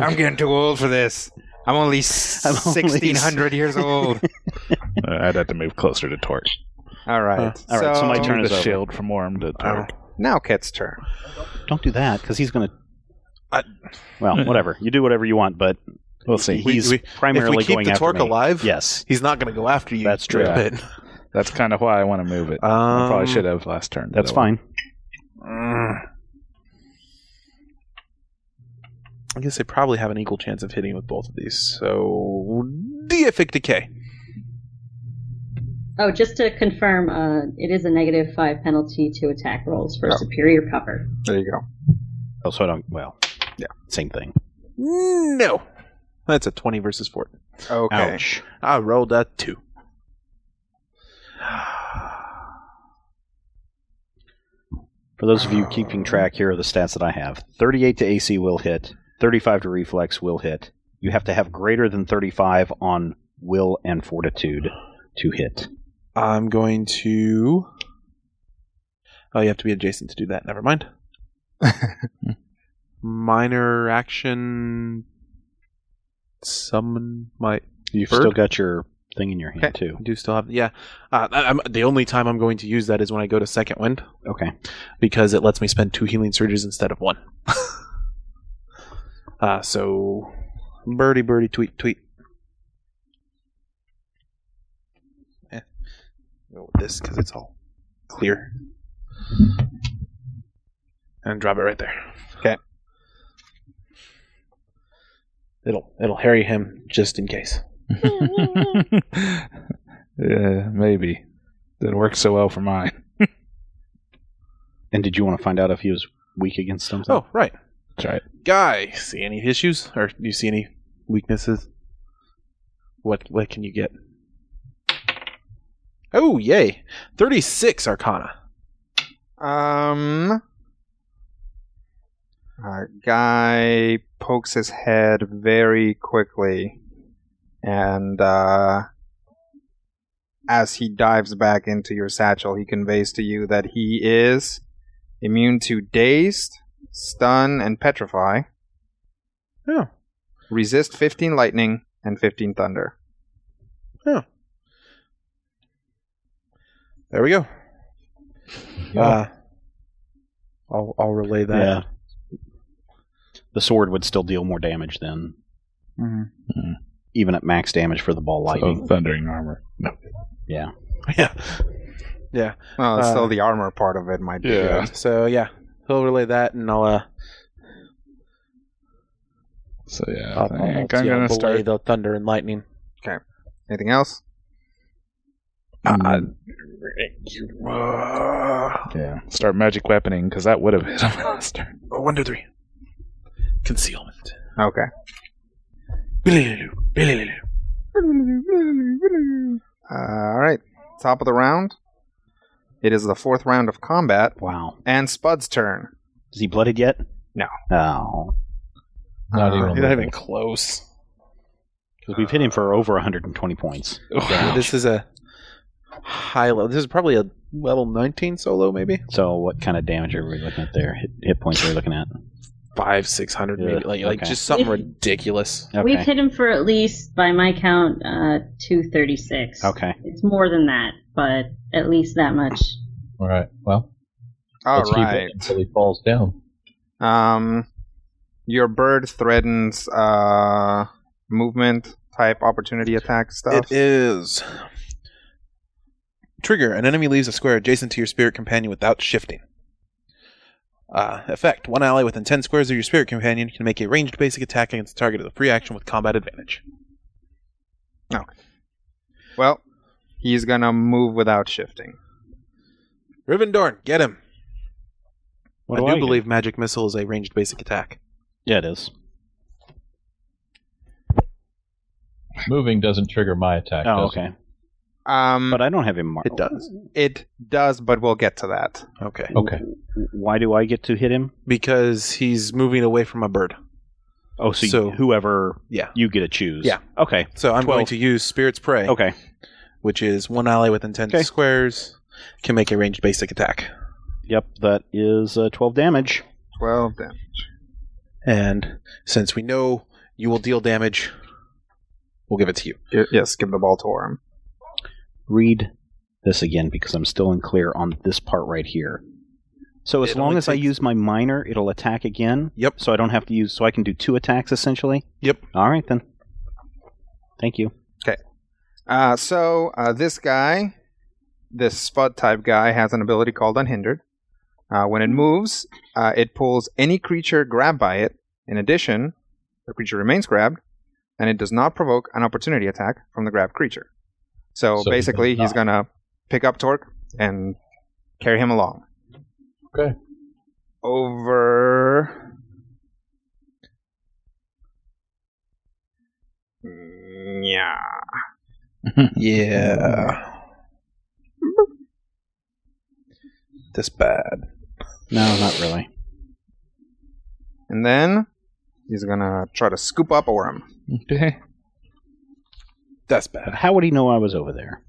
Speaker 3: I'm getting too old for this. I'm only
Speaker 1: I'm only
Speaker 3: 1600 years old.
Speaker 6: Uh, I'd have to move closer to Torque.
Speaker 3: All right.
Speaker 1: all right, so my turn
Speaker 6: Turn
Speaker 1: is
Speaker 6: the
Speaker 1: over.
Speaker 6: shield from Orm to Torque.
Speaker 3: Now Kit's turn.
Speaker 1: Don't do that because he's going to.
Speaker 5: I-
Speaker 1: Well, whatever. You do whatever you want, but
Speaker 6: We'll see.
Speaker 5: We-
Speaker 1: he's
Speaker 5: we-
Speaker 1: primarily
Speaker 5: if we keep
Speaker 1: going
Speaker 5: the
Speaker 1: after
Speaker 5: torque
Speaker 1: me.
Speaker 5: alive,
Speaker 1: Yes.
Speaker 5: he's not going to go after you.
Speaker 1: That's true.
Speaker 5: But
Speaker 6: That's kind of why I want to move it. I
Speaker 5: Um,
Speaker 6: probably should have last turn.
Speaker 1: That's
Speaker 6: but I
Speaker 1: fine.
Speaker 5: I guess I probably have an equal chance of hitting with both of these. So, deific decay.
Speaker 7: Oh, just to confirm, uh, it is a negative five penalty to attack rolls for superior cover.
Speaker 3: There you go.
Speaker 1: Oh, so I don't. Well,
Speaker 3: Yeah.
Speaker 1: same thing.
Speaker 5: No, that's a twenty versus four.
Speaker 3: Okay.
Speaker 1: Ouch.
Speaker 5: I rolled a two.
Speaker 1: For those of
Speaker 5: Oh.
Speaker 1: you keeping track, here are the stats that I have 38 to AC will hit, 35 to reflex will hit. You have to have greater than 35 on will and fortitude to hit.
Speaker 5: I'm going to. Oh, you have to be adjacent to do that.
Speaker 1: <laughs>
Speaker 5: Never mind. Minor action. Summon my.
Speaker 1: You've
Speaker 5: Bird?
Speaker 1: still got your thing in your hand,
Speaker 5: Okay.
Speaker 1: too.
Speaker 5: I do still have. Yeah. Uh, I, I'm, the only time I'm going to use that is when I go to second wind
Speaker 1: Okay.
Speaker 5: because it lets me spend two healing surges instead of <laughs> one. uh, so. Birdie, birdie, tweet, tweet. Eh. Go with this because it's all clear. And drop it right there. Okay. It'll it'll harry him just in case.
Speaker 6: <laughs> yeah, maybe. That worked so well for mine. <laughs>
Speaker 1: And did you want to find out if he was weak against something?
Speaker 5: Oh, right.
Speaker 6: That's right.
Speaker 5: guy see any issues or do you see any weaknesses what what can you get oh yay 36 arcana
Speaker 3: Um, uh, guy pokes his head very quickly, and uh, as he dives back into your satchel, he conveys to you that he is immune to dazed, stun, and petrify.
Speaker 5: Oh.
Speaker 3: Resist 15 lightning and 15 thunder.
Speaker 5: there we go uh, I'll, I'll relay that
Speaker 1: yeah. The sword would still deal more damage then,
Speaker 5: Mhm.
Speaker 1: even at max damage for the ball lightning.
Speaker 6: So, thundering armor. No.
Speaker 1: yeah.
Speaker 5: <laughs> yeah
Speaker 3: Well, it's
Speaker 5: Uh,
Speaker 3: still the armor part of it might be
Speaker 6: Yeah.
Speaker 3: good.
Speaker 5: so yeah he'll relay that and i'll uh
Speaker 6: So yeah,
Speaker 5: i'll,
Speaker 6: I
Speaker 5: I'll,
Speaker 6: think I'm
Speaker 5: yeah,
Speaker 6: gonna
Speaker 5: belay
Speaker 6: start.
Speaker 5: the thunder and lightning
Speaker 3: Anything else?
Speaker 6: Mm.
Speaker 5: uh,
Speaker 6: Yeah, start magic weaponing because that would have <laughs> hit him last turn.
Speaker 5: Oh, one, two, three. Concealment.
Speaker 3: Okay.
Speaker 5: Billy-loo-loo, billy-loo-loo.
Speaker 3: Uh, all right. Top of the round. It is the fourth round of combat
Speaker 1: Wow.
Speaker 3: and Spud's turn.
Speaker 1: Is he blooded yet?
Speaker 3: No.
Speaker 1: Oh.
Speaker 2: Not
Speaker 3: Uh,
Speaker 2: even. a
Speaker 5: You're not
Speaker 2: little.
Speaker 5: even close.
Speaker 1: Because we've hit him for over 120 points.
Speaker 5: Yeah, This is a high level. This is probably a level 19 solo, maybe?
Speaker 1: So what kind of damage are we looking at there? Hit, hit points are we looking at?
Speaker 5: Five, 600,
Speaker 1: Yeah,
Speaker 5: maybe. Like, like
Speaker 1: okay.
Speaker 5: just something
Speaker 7: If-
Speaker 5: ridiculous.
Speaker 7: We've
Speaker 1: Okay.
Speaker 7: hit him for at least, by my count, uh, 236.
Speaker 1: Okay.
Speaker 7: It's more than that, but at least that much.
Speaker 2: All right. Well,
Speaker 3: All
Speaker 2: let's keep it
Speaker 3: right.
Speaker 2: until he falls down.
Speaker 3: Um, your bird threatens uh movement type opportunity attack stuff.
Speaker 5: It is. Trigger. An enemy leaves a square adjacent to your spirit companion without shifting. Uh, effect. One ally within 10 squares of your spirit companion can make a ranged basic attack against the target of the free action with combat advantage. Oh.
Speaker 3: well, he's gonna move without shifting.
Speaker 5: Rivendorn, get him.
Speaker 1: What
Speaker 5: I
Speaker 1: do
Speaker 5: do
Speaker 1: I get?
Speaker 5: believe magic missile is a ranged basic attack.
Speaker 1: Yeah, it is.
Speaker 2: Moving doesn't trigger my attack.
Speaker 1: Oh,
Speaker 2: does it?
Speaker 1: okay.
Speaker 3: Um,
Speaker 1: But I don't have him marked.
Speaker 5: It does.
Speaker 3: it does, but we'll get to that.
Speaker 5: Okay.
Speaker 2: Okay.
Speaker 1: Why do I get to hit him?
Speaker 5: Because he's moving away from a bird.
Speaker 1: Oh, so,
Speaker 5: So-
Speaker 1: whoever
Speaker 5: Yeah.
Speaker 1: you get to choose.
Speaker 5: Yeah.
Speaker 1: Okay.
Speaker 5: So I'm going
Speaker 1: Twelve.
Speaker 5: to use Spirit's Prey,
Speaker 1: Okay.
Speaker 5: which is one ally within 10
Speaker 1: Okay.
Speaker 5: squares can make a ranged basic attack.
Speaker 1: Yep, that is uh, 12 damage.
Speaker 3: 12 damage.
Speaker 5: And since we know you will deal damage, we'll give it to you.
Speaker 3: Y- Yes, give the ball to Orm.
Speaker 1: Read this again because I'm still unclear on this part right here. So as
Speaker 5: It
Speaker 1: long
Speaker 5: only
Speaker 1: as I
Speaker 5: takes-
Speaker 1: use my minor, it'll attack again.
Speaker 5: Yep.
Speaker 1: So I don't have to use. So I can do two attacks essentially.
Speaker 5: Yep.
Speaker 1: All right then. Thank you.
Speaker 3: Uh, so uh, this guy, this spud type guy, has an ability called Unhindered. Uh, when it moves, uh, it pulls any creature grabbed by it. In addition, the creature remains grabbed, and it does not provoke an opportunity attack from the grabbed creature. So,
Speaker 2: So he
Speaker 3: basically,
Speaker 2: does
Speaker 3: he's gonna pick up Torque and carry him along.
Speaker 2: Okay.
Speaker 3: Over. Yeah.
Speaker 5: Yeah. This bad.
Speaker 1: No, not really.
Speaker 3: And then he's gonna try to scoop up Orem.
Speaker 6: Okay. <laughs>
Speaker 5: That's
Speaker 1: But
Speaker 5: bad.
Speaker 1: how would he know I was over there?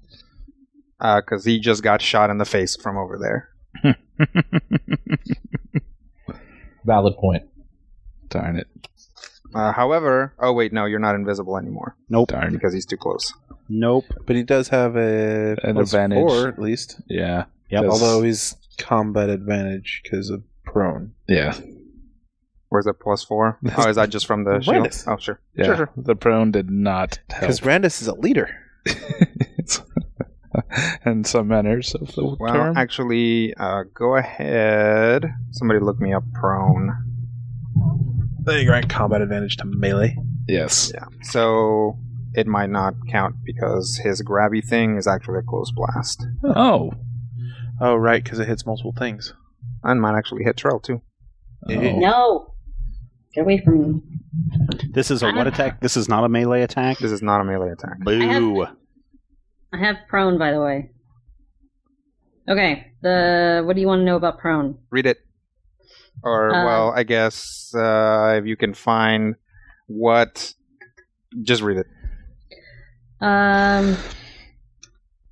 Speaker 3: Uh, cause he just got shot in the face from over there.
Speaker 2: Valid point.
Speaker 6: Darn it.
Speaker 3: Uh, however, oh wait, no, you're not invisible anymore
Speaker 1: Nope.
Speaker 6: Darn.
Speaker 3: because he's too close.
Speaker 1: Nope.
Speaker 5: But he does have a
Speaker 6: An
Speaker 5: plus
Speaker 6: advantage.
Speaker 5: four at least.
Speaker 6: Yeah.
Speaker 1: Yep.
Speaker 6: Yes.
Speaker 5: Although he's combat advantage because of prone.
Speaker 6: Yeah.
Speaker 3: Where's that plus four? Oh, is that just from the shield?
Speaker 5: Brandis.
Speaker 3: Oh, sure.
Speaker 6: Yeah.
Speaker 3: Sure, sure.
Speaker 6: The prone did not help.
Speaker 2: <laughs>
Speaker 5: Because Randus is a leader.
Speaker 6: It's- in some manners of the
Speaker 3: Well,
Speaker 6: term.
Speaker 3: actually, uh, go ahead. Somebody look me up prone.
Speaker 5: They grant combat advantage to melee.
Speaker 6: yes.
Speaker 3: Yeah. So it might not count because his grabby thing is actually a close blast.
Speaker 6: Oh.
Speaker 5: Oh, right, because it hits multiple things.
Speaker 3: And might actually hit Trell too.
Speaker 6: Oh.
Speaker 7: No! Get away from me.
Speaker 1: This is a what attack? This is not a melee attack.
Speaker 3: This is not a melee attack.
Speaker 1: Boo.
Speaker 7: I have prone, by the way. Okay, the what do you want to know about prone?
Speaker 3: read it. Or
Speaker 7: Uh,
Speaker 3: well, I guess uh, if you can find what, just read it.
Speaker 7: Um,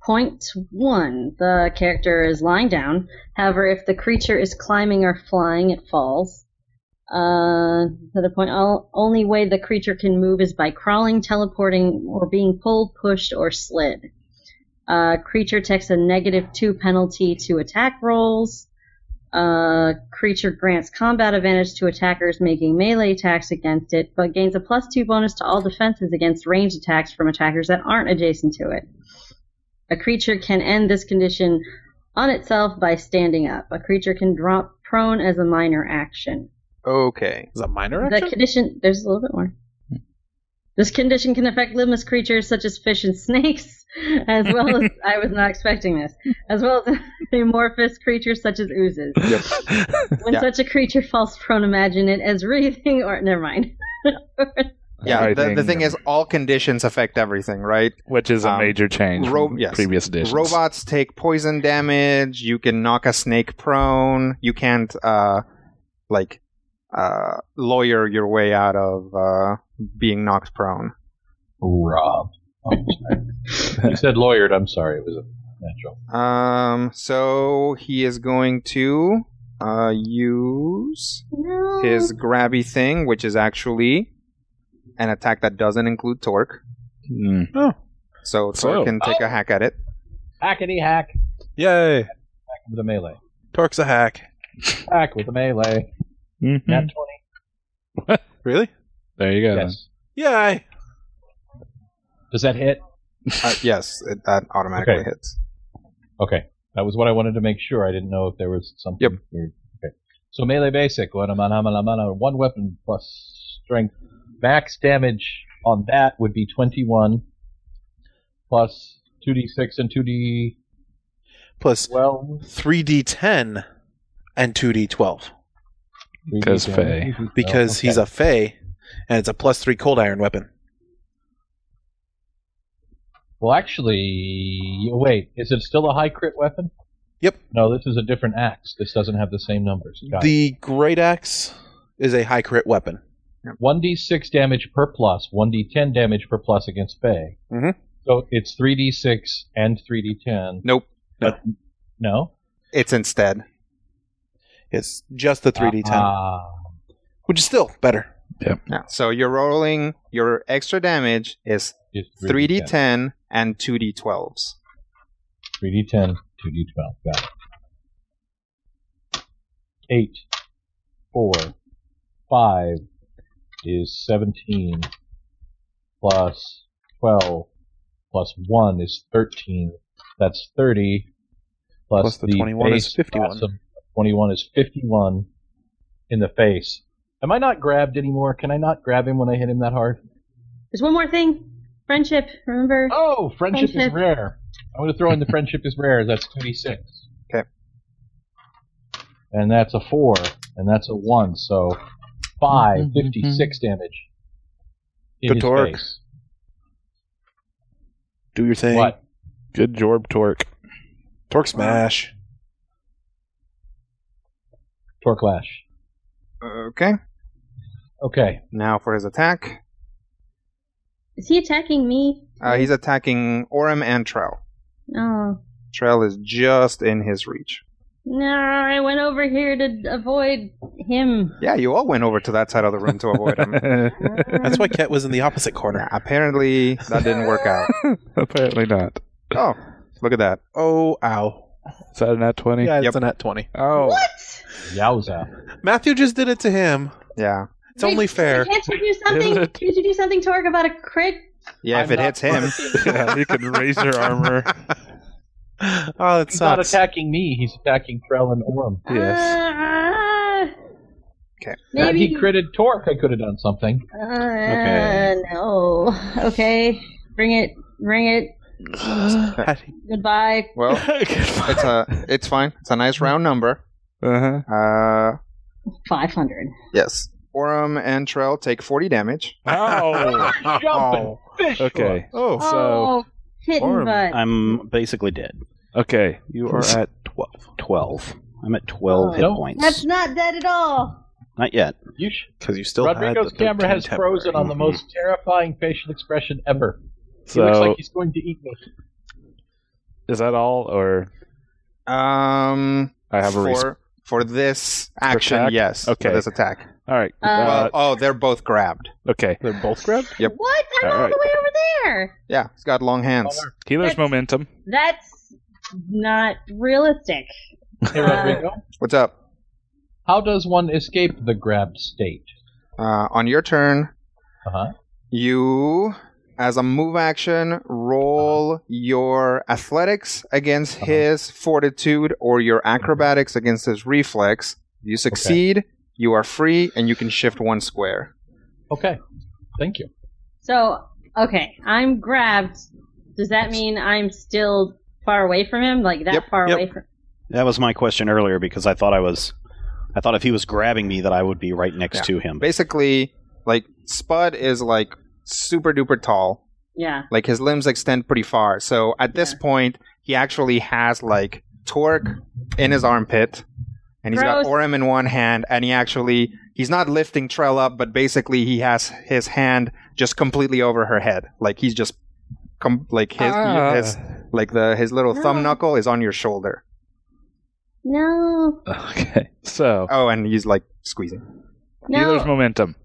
Speaker 7: point one: the character is lying down. However, if the creature is climbing or flying, it falls. Uh, another point: all, only way the creature can move is by crawling, teleporting, or being pulled, pushed, or slid. Uh, creature takes a negative two penalty to attack rolls. Uh, creature grants combat advantage to attackers making melee attacks against it, but gains a plus two bonus to all defenses against ranged attacks from attackers that aren't adjacent to it. A creature can end this condition on itself by standing up. A creature can drop prone as a minor action.
Speaker 3: Okay.
Speaker 5: Is that minor
Speaker 7: The
Speaker 5: action?
Speaker 7: condition, there's a little bit more. This condition can affect limbless creatures such as fish and snakes, as well as I was not expecting this, as well as <laughs> amorphous creatures such as oozes. When
Speaker 3: Yeah.
Speaker 7: such a creature falls prone, imagine it as breathing or never mind.
Speaker 3: Yeah.
Speaker 6: Right
Speaker 3: the, the thing is, all conditions affect everything, right?
Speaker 6: which is a
Speaker 3: um,
Speaker 6: major change
Speaker 3: ro-
Speaker 6: from
Speaker 3: yes.
Speaker 6: previous editions.
Speaker 3: Robots take poison damage. You can knock a snake prone. You can't, uh, like, uh, lawyer your way out of uh, being knocked prone.
Speaker 2: Rob. Oh, you said lawyered. I'm sorry. It was a natural.
Speaker 3: Um. So he is going to uh, use.
Speaker 7: No.
Speaker 3: his grabby thing, which is actually an attack that doesn't include Torque.
Speaker 6: Hmm.
Speaker 2: Mm.
Speaker 3: So
Speaker 6: So-
Speaker 3: Torque can take a hack at it.
Speaker 2: Hackety hack
Speaker 5: Yay!
Speaker 2: with a melee.
Speaker 5: Torque's a hack.
Speaker 2: Hack with a melee.
Speaker 6: Mhm.
Speaker 2: Nat 20.
Speaker 5: Really?
Speaker 6: There you go.
Speaker 2: Yes.
Speaker 5: Yay!
Speaker 2: Does that hit?
Speaker 3: Uh, yes, it, that automatically
Speaker 2: Okay.
Speaker 3: hits.
Speaker 2: Okay. That was what I wanted to make sure. I didn't know if there was something
Speaker 3: Yep.
Speaker 2: weird. Okay. So melee basic, one mana, mana, mana, one weapon plus strength. Max damage on that would be twenty one plus two D six and two D
Speaker 5: Plus
Speaker 2: twelve.
Speaker 5: 3d10 and 2d12
Speaker 6: Because Faye.
Speaker 2: Oh,
Speaker 5: because he's a Fey and it's a plus 3 cold iron weapon.
Speaker 2: Well actually wait, is it still a high crit weapon?
Speaker 5: Yep.
Speaker 2: No, this is a different axe. This doesn't have the same numbers. Got it.
Speaker 5: The Great Axe is a high crit weapon.
Speaker 2: 1d6 damage per plus, 1d10 damage per plus against Faye.
Speaker 5: Mhm.
Speaker 2: So it's 3d6 and 3d10.
Speaker 3: Nope,
Speaker 2: No?
Speaker 3: it's instead.
Speaker 8: It's just the 3d10,
Speaker 5: Uh,
Speaker 8: which is still better.
Speaker 3: Yeah. So you're rolling your extra damage is
Speaker 5: It's
Speaker 3: 3d10 and 2d12s.
Speaker 5: 3d10, 2d12. Got it. 8, 4, 5 is 17, plus 12, plus 1 is 13. That's 30, plus,
Speaker 8: Plus the 21 is
Speaker 5: base
Speaker 8: 51.
Speaker 5: awesome 21 is 51 in the face. Am I not grabbed anymore? Can I not grab him when I hit him that hard?
Speaker 7: There's one more thing. Friendship. Remember?
Speaker 5: Oh, friendship, is
Speaker 7: Friendship.
Speaker 5: rare. I'm going to throw in the friendship is rare. That's 2d6.
Speaker 3: 'Kay.
Speaker 5: And that's a 4, and that's a 1, so 5, 56 damage. in
Speaker 8: Good
Speaker 5: his
Speaker 8: torque.
Speaker 5: face.
Speaker 8: Do your thing.
Speaker 5: What?
Speaker 2: Good Jorb Torque.
Speaker 8: Torque smash.
Speaker 5: Torque lash.
Speaker 3: Okay.
Speaker 5: Okay.
Speaker 3: Now for his attack.
Speaker 7: Is he attacking me?
Speaker 3: Uh, he's attacking Orem and Trell.
Speaker 7: Oh.
Speaker 3: Trell is just in his reach.
Speaker 7: No, I went over here to avoid him.
Speaker 3: Yeah, you all went over to that side of the room to avoid
Speaker 5: <laughs>
Speaker 3: him.
Speaker 8: That's why Ket was in the opposite
Speaker 3: Yeah,
Speaker 8: corner.
Speaker 3: apparently that didn't work
Speaker 5: <laughs>
Speaker 3: out.
Speaker 2: <laughs> Apparently not.
Speaker 3: Oh, look at that.
Speaker 8: Oh, ow.
Speaker 2: Is that a nat 20?
Speaker 8: Yeah, it's
Speaker 3: Yep.
Speaker 8: a nat 20.
Speaker 2: Oh.
Speaker 5: Yowza.
Speaker 8: Matthew just did it to him.
Speaker 3: Yeah.
Speaker 8: It's only fair.
Speaker 7: Can't you do
Speaker 8: <laughs>
Speaker 7: something?
Speaker 2: Isn't it?
Speaker 7: Can't you do something, Torg, about a crit?
Speaker 3: Yeah, if
Speaker 5: I'm
Speaker 3: it
Speaker 5: not
Speaker 3: hits him.
Speaker 2: <laughs>
Speaker 5: <laughs>
Speaker 2: yeah, you can raise your armor.
Speaker 8: Oh, that
Speaker 5: He's not
Speaker 8: sucks.
Speaker 5: attacking me. He's attacking Trell and Orm.
Speaker 2: Yes.
Speaker 7: Ah.
Speaker 3: Okay.
Speaker 5: Had
Speaker 7: Maybe.
Speaker 5: Uh, he critted Torque, I could have done something.
Speaker 7: Uh, No. Okay. Bring it. Bring it. Goodbye.
Speaker 3: Well, it's a it's fine. It's a
Speaker 5: <laughs>
Speaker 3: nice round number.
Speaker 2: Uh-huh.
Speaker 3: Uh,
Speaker 7: 500.
Speaker 3: yes. Orem and Trell take 40 damage.
Speaker 2: Oh.
Speaker 5: Jumping fish.
Speaker 2: Okay.
Speaker 8: Oh,
Speaker 2: So-
Speaker 7: oh, kitten
Speaker 2: Orm,
Speaker 7: butt.
Speaker 1: I'm basically dead.
Speaker 2: Okay. You are at
Speaker 1: 12. 12. I'm at 12 hit
Speaker 5: No.
Speaker 1: points.
Speaker 7: That's not dead at all.
Speaker 1: Not yet.
Speaker 5: You sh-
Speaker 8: Because you still
Speaker 5: Rodrigo's
Speaker 8: Oh, had the
Speaker 5: camera has
Speaker 8: 13
Speaker 5: frozen on the
Speaker 8: temporary.
Speaker 5: most terrifying facial expression ever. He looks
Speaker 2: so
Speaker 5: like he's going to eat me.
Speaker 2: is that all or
Speaker 3: Um,
Speaker 2: I have a
Speaker 3: for,
Speaker 2: resp-
Speaker 3: for this action.
Speaker 2: attack?
Speaker 3: yes. for
Speaker 2: Okay.
Speaker 3: this attack.
Speaker 2: All right.
Speaker 7: Uh,
Speaker 3: well,
Speaker 2: Uh,
Speaker 3: oh, they're both grabbed.
Speaker 2: okay.
Speaker 8: They're both grabbed?
Speaker 3: Yep.
Speaker 7: What? I'm all,
Speaker 2: All right.
Speaker 7: the way over there.
Speaker 3: Yeah, he's got long
Speaker 2: Oh,
Speaker 3: hands.
Speaker 2: Healer's
Speaker 7: That's-
Speaker 2: momentum.
Speaker 7: That's not realistic. Uh,
Speaker 5: Hey, Rodrigo,
Speaker 3: What's up?
Speaker 5: how does one escape the grabbed state?
Speaker 3: Uh, on your turn,
Speaker 5: Uh-huh.
Speaker 3: you, as a move action, roll
Speaker 2: Uh-huh.
Speaker 3: your athletics against his fortitude or your
Speaker 2: Mm-hmm.
Speaker 3: acrobatics against his reflex. You succeed, you are free, and you can shift one square.
Speaker 5: Okay, thank you.
Speaker 7: So, okay, I'm grabbed. Does that mean I'm still far away from him? Like that
Speaker 3: Yep,
Speaker 7: far
Speaker 8: yep.
Speaker 7: away from
Speaker 1: Mm-hmm. That was my question earlier because I thought I was. I thought if he was grabbing me that I would be right next
Speaker 3: Yeah.
Speaker 1: to him.
Speaker 3: Basically, like, Spud is like super duper tall.
Speaker 7: Yeah.
Speaker 3: Like his limbs extend pretty far. So at this point, he actually has like torque in his armpit, and he's
Speaker 7: Gross.
Speaker 3: got Orem in one hand, and he actually he's not lifting Trell up, but basically he has his hand just completely over her head, like he's just com- like his,
Speaker 2: Ah.
Speaker 3: his like the his little
Speaker 7: Ah.
Speaker 3: thumb knuckle is on your shoulder.
Speaker 7: No.
Speaker 2: Okay. So
Speaker 3: Oh, and he's like squeezing.
Speaker 7: No.
Speaker 2: healer's momentum.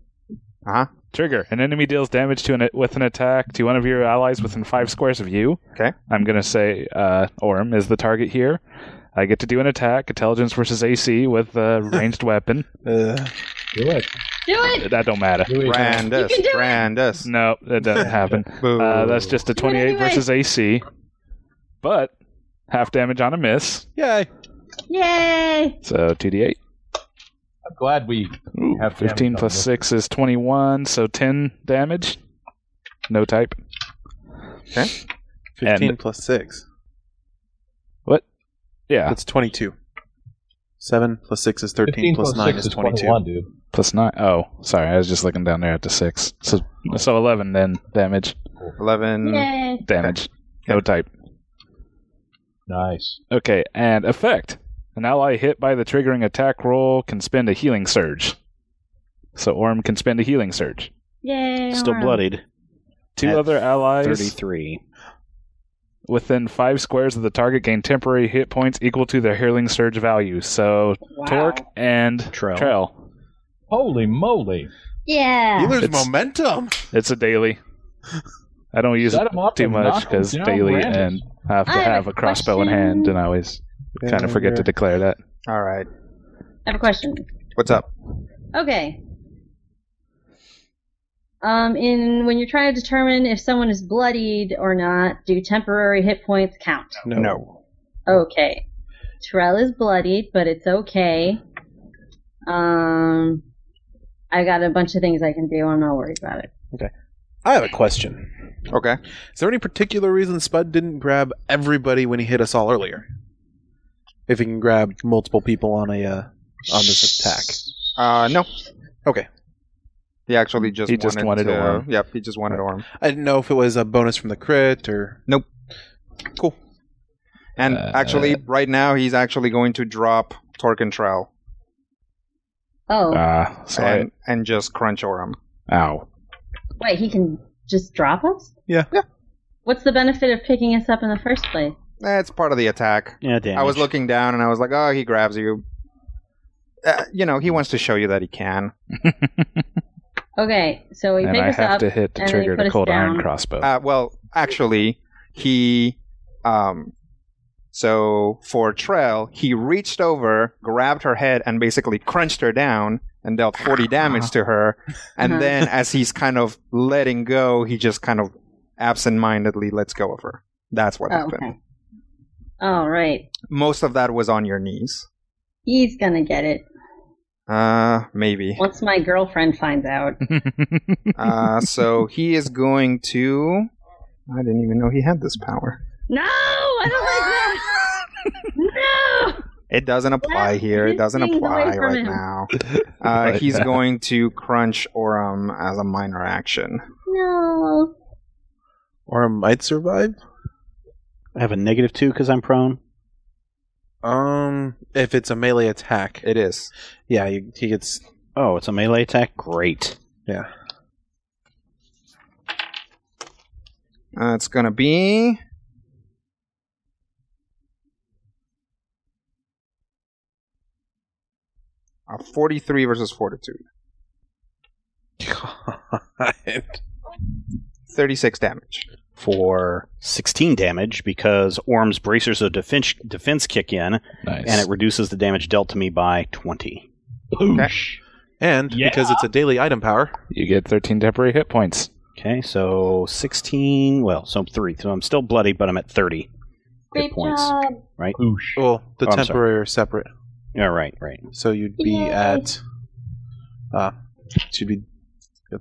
Speaker 3: Uh
Speaker 5: Uh-huh.
Speaker 3: huh.
Speaker 2: Trigger. An enemy deals damage to an with an attack to one of your allies within five squares of you.
Speaker 3: Okay.
Speaker 2: I'm gonna say uh, Orm is the target here. I get to do an attack, intelligence versus AC with a
Speaker 5: <laughs>
Speaker 2: ranged weapon.
Speaker 8: Uh,
Speaker 5: Do it.
Speaker 7: Do it.
Speaker 2: That don't matter.
Speaker 5: Do it.
Speaker 3: Brandis.
Speaker 7: You can do it.
Speaker 3: Brandis.
Speaker 2: No, that doesn't happen.
Speaker 3: Boo.
Speaker 2: Uh, that's just a
Speaker 7: You're gonna
Speaker 2: 28
Speaker 7: do it.
Speaker 2: versus AC, but half damage on a miss,
Speaker 8: yay.
Speaker 7: Yay.
Speaker 2: so 2d8.
Speaker 5: I'm glad we have
Speaker 2: 15
Speaker 5: damage on
Speaker 2: plus
Speaker 5: this.
Speaker 2: 6 is 21, so 10 damage. No type.
Speaker 8: 15
Speaker 2: And-
Speaker 8: plus 6.
Speaker 2: Yeah,
Speaker 8: That's 22. 7 plus 6 is 13
Speaker 5: 15
Speaker 8: plus,
Speaker 5: plus
Speaker 8: 9
Speaker 5: six
Speaker 8: is 22.
Speaker 5: 21, dude.
Speaker 2: plus 9. Oh, sorry, I was just looking down there at the 6. So, so 11 then damage.
Speaker 3: Eleven.
Speaker 7: Yay.
Speaker 2: Damage. No type.
Speaker 5: Nice.
Speaker 2: Okay, and effect. An ally hit by the triggering attack roll can spend a healing surge. So Orm can spend a healing surge.
Speaker 7: Yay.
Speaker 1: Still
Speaker 7: Orm.
Speaker 1: bloodied.
Speaker 2: Two
Speaker 1: At
Speaker 2: other allies.
Speaker 1: 33.
Speaker 6: within five squares of the target gain temporary hit points equal to their hurling surge value. So
Speaker 7: Wow.
Speaker 6: torque and
Speaker 1: Trail.
Speaker 6: trail.
Speaker 2: Holy moly!
Speaker 7: Yeah.
Speaker 5: Healer's
Speaker 6: It's-
Speaker 5: momentum.
Speaker 6: It's a daily. I don't use
Speaker 2: Set
Speaker 6: it
Speaker 2: 'em up
Speaker 6: too
Speaker 2: and
Speaker 6: much
Speaker 2: knock 'em
Speaker 6: because
Speaker 2: down,
Speaker 6: daily
Speaker 2: Brandis.
Speaker 6: and I have to
Speaker 7: I have
Speaker 6: have,
Speaker 7: a
Speaker 6: a crossbow in
Speaker 7: question.
Speaker 6: hand, and I always kind of
Speaker 3: Yeah,
Speaker 6: forget
Speaker 3: yeah.
Speaker 6: to declare that.
Speaker 3: All right.
Speaker 7: I have a question.
Speaker 3: What's up?
Speaker 7: Okay. Um, in when you're trying to determine if someone is bloodied or not, do temporary hit points count?
Speaker 5: No.
Speaker 7: Okay. Terrell is bloodied, but it's okay. Um, I got a bunch of things I can do. I'm not worried about it.
Speaker 5: I have a question.
Speaker 3: Okay.
Speaker 5: Is there any particular reason Spud didn't grab everybody when he hit us all earlier? If he can grab multiple people on a uh, on this attack,
Speaker 3: Uh, no.
Speaker 5: Okay.
Speaker 3: He actually just
Speaker 6: He
Speaker 3: wanted
Speaker 6: just wanted
Speaker 3: to,
Speaker 6: Orm.
Speaker 3: Yep, he just wanted Orm.
Speaker 5: I didn't know if it was a bonus from the crit or
Speaker 3: Nope.
Speaker 5: Cool.
Speaker 3: And
Speaker 6: Uh,
Speaker 3: actually, right now he's actually going to drop Torque and Trell
Speaker 7: Oh,
Speaker 6: Ah, so I-
Speaker 3: and, and just crunch Orm.
Speaker 6: ow.
Speaker 7: wait, he can just drop us?
Speaker 5: Yeah.
Speaker 7: What's the benefit of picking us up in the first place?
Speaker 3: Eh, it's part of the attack.
Speaker 1: Yeah, damn.
Speaker 3: I was looking down and I was like, oh, he grabs you. Uh, you know, he wants to show you that he can.
Speaker 7: Okay, so he
Speaker 6: and
Speaker 7: picked
Speaker 6: I
Speaker 7: us
Speaker 6: have
Speaker 7: up.
Speaker 6: to hit the
Speaker 7: and then he
Speaker 6: trigger
Speaker 7: put
Speaker 6: to
Speaker 7: us
Speaker 6: cold iron
Speaker 7: down.
Speaker 6: crossbow.
Speaker 3: Uh, well, actually, he. Um, so for Trell, he reached over, grabbed her head, and basically crunched her down and dealt
Speaker 7: Ah.
Speaker 3: 40 damage to her. And
Speaker 7: <laughs> Uh-huh.
Speaker 3: then, as he's kind of letting go, he just kind of absent mindedly lets go of her. That's what
Speaker 7: Oh,
Speaker 3: happened.
Speaker 7: okay. All right,
Speaker 3: Most of that was on your knees.
Speaker 7: he's gonna get it
Speaker 3: Uh, maybe.
Speaker 7: once my girlfriend finds
Speaker 6: <laughs>
Speaker 7: out.
Speaker 3: Uh, so he is going to. I didn't even know he had this power.
Speaker 7: no, I
Speaker 6: <laughs>
Speaker 7: don't like that. no.
Speaker 3: It doesn't apply
Speaker 7: Yeah,
Speaker 3: here. It
Speaker 7: get
Speaker 3: doesn't
Speaker 7: things away
Speaker 3: apply
Speaker 7: from
Speaker 3: right
Speaker 7: him. <laughs>
Speaker 3: now. Uh, he's going to crunch Orum as a minor action.
Speaker 7: No.
Speaker 5: or might survive.
Speaker 1: I have a negative two because I'm prone.
Speaker 5: Um, if it's a melee attack,
Speaker 3: It is.
Speaker 5: yeah, you, he gets
Speaker 1: Oh, it's a melee attack. Great.
Speaker 5: yeah.
Speaker 3: Uh, it's going to be. A 43 versus fortitude. 36 damage.
Speaker 1: for 16 damage because Orm's bracers of defense defense kick in,
Speaker 6: nice.
Speaker 1: and it reduces the damage dealt to me by 20.
Speaker 5: <laughs> and because it's a daily item power,
Speaker 6: you get 13 temporary hit points.
Speaker 1: Okay, so 16. Well, so three. So I'm still bloody, but I'm at 30.
Speaker 7: Great
Speaker 1: Hit points.
Speaker 7: job.
Speaker 5: well,
Speaker 1: Oh,
Speaker 5: the
Speaker 1: I'm sorry.
Speaker 5: temporary are separate,
Speaker 1: Yeah, right, right.
Speaker 5: so you'd be
Speaker 7: Yay.
Speaker 5: at uh, should be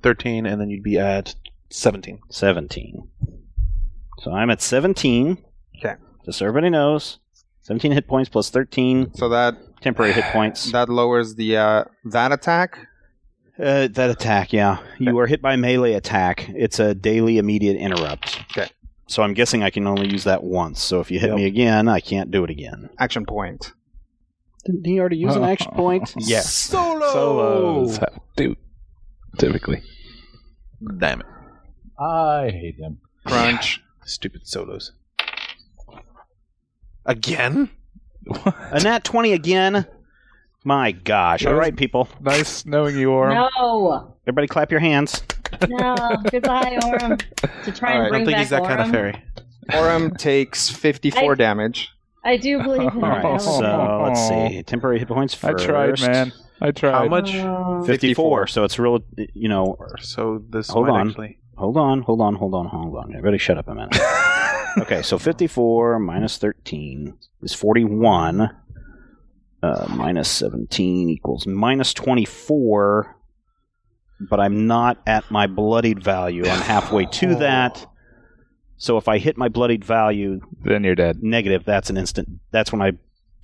Speaker 5: thirteen, and then you'd be at seventeen.
Speaker 1: 17. So I'm at 17.
Speaker 3: Okay.
Speaker 1: Just so everybody knows, 17 hit points plus 13
Speaker 3: So that
Speaker 1: temporary hit points.
Speaker 3: that lowers the uh, that attack.
Speaker 1: Uh, that attack, yeah. You are hit by melee attack. It's a daily immediate interrupt.
Speaker 3: Okay.
Speaker 1: So I'm guessing I can only use that once. So if you hit
Speaker 5: Yep.
Speaker 1: me again, I can't do it again.
Speaker 3: Action point.
Speaker 1: Didn't he already use an <laughs> action point?
Speaker 3: Yes.
Speaker 5: Solo.
Speaker 6: Solos have do typically.
Speaker 5: Damn it!
Speaker 2: I hate him.
Speaker 3: Crunch.
Speaker 5: Stupid solos. Again?
Speaker 1: A nat 20 again? My gosh. All right, people.
Speaker 6: Nice knowing you, Orm.
Speaker 7: No.
Speaker 1: Everybody clap your hands.
Speaker 7: No. Goodbye,
Speaker 6: <laughs>
Speaker 7: Orm. To try
Speaker 3: All right,
Speaker 5: I
Speaker 7: and
Speaker 5: don't
Speaker 7: bring
Speaker 5: think
Speaker 7: back
Speaker 5: he's that
Speaker 7: Orm.
Speaker 5: kind of fairy.
Speaker 3: Orum takes 54
Speaker 7: I-
Speaker 3: damage.
Speaker 7: I do
Speaker 6: <laughs>
Speaker 7: believe Oh. in
Speaker 1: All right,
Speaker 7: that.
Speaker 1: so let's see. Temporary hit points
Speaker 6: I
Speaker 1: first.
Speaker 6: tried, man. I tried.
Speaker 5: How much?
Speaker 7: Oh.
Speaker 1: 54, so it's real, you know,
Speaker 5: So this
Speaker 1: Hold
Speaker 5: might
Speaker 1: on.
Speaker 5: actually.
Speaker 1: Hold on, hold on, hold on, hold on. Everybody shut up a minute. okay, so 54 minus 13 is 41. Uh, minus 17 equals minus 24. But I'm not at my bloodied value. I'm halfway to that. So if I hit my bloodied value
Speaker 6: Then you're dead.
Speaker 1: negative, that's an instant. That's when I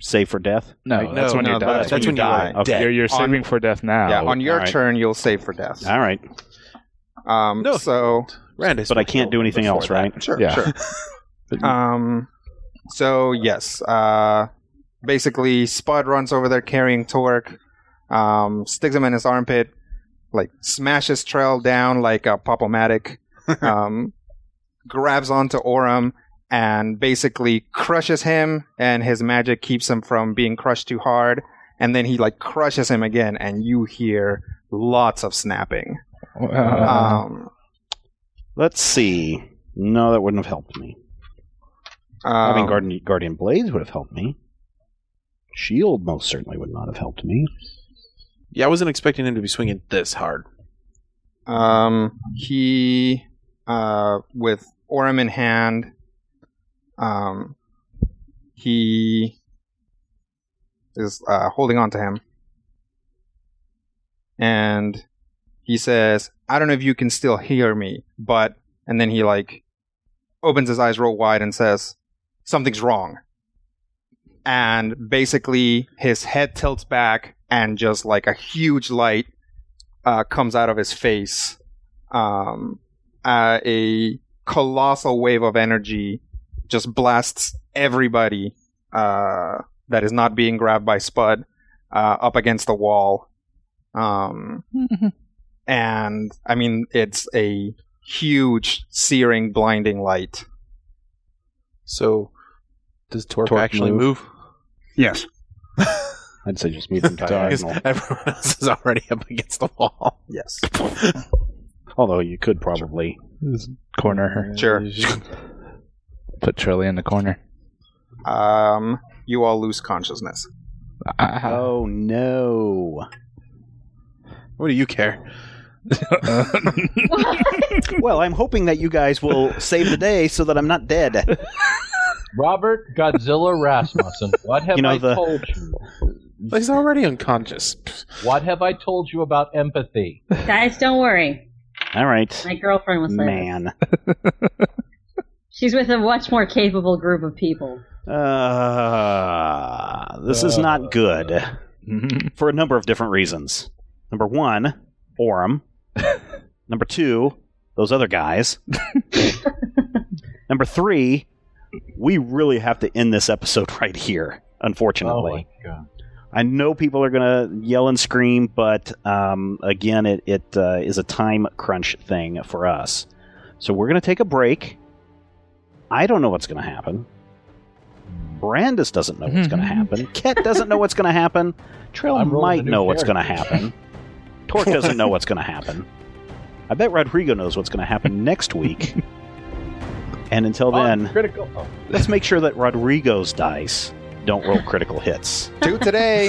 Speaker 1: save for death.
Speaker 6: No,
Speaker 5: Right,
Speaker 6: that's
Speaker 5: no,
Speaker 6: when
Speaker 5: no,
Speaker 6: you die. Oh,
Speaker 5: that's when you die.
Speaker 1: Okay.
Speaker 6: You're, you're
Speaker 3: On-
Speaker 6: saving for death now.
Speaker 3: yeah,
Speaker 6: <laughs>
Speaker 3: on your
Speaker 1: alright.
Speaker 3: turn, you'll save for death.
Speaker 1: All right,
Speaker 3: Um,
Speaker 5: No.
Speaker 3: So
Speaker 5: Randis.
Speaker 1: but I can't do anything else, right?
Speaker 3: sure,
Speaker 6: Yeah.
Speaker 3: sure. um, so yes, uh, basically Spud runs over there carrying Torque, um, sticks him in his armpit, like smashes Trail down like a pop-o-matic, um, grabs onto Orum and basically crushes him, and his magic keeps him from being crushed too hard. And then he like crushes him again, and you hear lots of snapping. Um,
Speaker 1: Let's see. No, that wouldn't have helped me. Having
Speaker 3: um,
Speaker 1: Guardian, Guardian Blades would have helped me. Shield most certainly would not have helped me.
Speaker 5: <laughs> Yeah, I wasn't expecting him to be swinging this hard.
Speaker 3: Um, he, uh, with Orem in hand, um, he is uh, holding on to him. And he says, I don't know if you can still hear me, but. And then he, like, opens his eyes real wide and says, Something's wrong. And basically, his head tilts back, and just like a huge light uh, comes out of his face. Um, uh, a colossal wave of energy just blasts everybody uh, that is not being grabbed by Spud uh, up against the wall. Um, and I mean, it's a huge, searing, blinding light.
Speaker 5: So, does Torp,
Speaker 1: Torp
Speaker 5: actually
Speaker 1: move?
Speaker 5: move?
Speaker 1: Yes. I'd say <laughs> just move them
Speaker 5: <laughs> Because
Speaker 1: diagonal.
Speaker 5: everyone else is already up against the wall.
Speaker 3: Yes.
Speaker 1: Although you could probably.
Speaker 6: corner her.
Speaker 3: Sure.
Speaker 6: Put Trilly in the corner.
Speaker 3: Um, you all lose consciousness.
Speaker 1: <laughs>
Speaker 6: Ah.
Speaker 1: Oh no!
Speaker 5: <laughs> What do you care?
Speaker 1: well, I'm hoping that you guys will save the day so that I'm not dead.
Speaker 2: <laughs> Robert Godzilla Rasmussen, what have
Speaker 1: You know,
Speaker 2: I
Speaker 1: the-
Speaker 2: told you?
Speaker 5: He's already unconscious.
Speaker 2: What have I told you about empathy?
Speaker 7: Guys, don't worry.
Speaker 1: All right,
Speaker 7: My girlfriend was like,
Speaker 1: man.
Speaker 7: she's with a much more capable group of people.
Speaker 1: Uh, this is not good for a number of different reasons. Number one,
Speaker 2: <laughs>
Speaker 1: Orem. Number two, those other guys. Number three, we really have to end this episode <laughs> right here,
Speaker 2: Oh
Speaker 1: unfortunately.
Speaker 2: my god.
Speaker 1: I know people are gonna yell and scream, but um, again, it it uh, is a time crunch thing for us. So we're gonna take a break. I don't know what's gonna happen.
Speaker 2: Hmm.
Speaker 1: Brandis doesn't know what's
Speaker 2: <laughs>
Speaker 1: gonna happen. Ket doesn't know what's gonna happen. Trail
Speaker 2: I'm rolling
Speaker 1: might
Speaker 2: a new
Speaker 1: know what's gonna
Speaker 2: character. <laughs>
Speaker 1: happen. Torque doesn't know what's gonna happen. I bet Rodrigo knows what's gonna happen next
Speaker 2: <laughs>
Speaker 1: week. And until then,
Speaker 2: critical. Oh.
Speaker 1: let's make sure that Rodrigo's dice don't roll critical hits.
Speaker 3: Two today.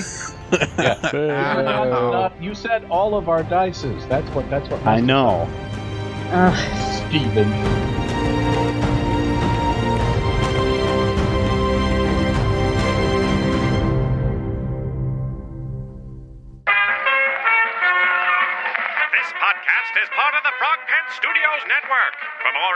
Speaker 2: That's
Speaker 3: Wow.
Speaker 2: enough. You said all of our dices. That's what. That's what.
Speaker 1: I know.
Speaker 7: Ugh.
Speaker 2: Steven.
Speaker 9: This podcast is part of the Frog Pants Studios network. For more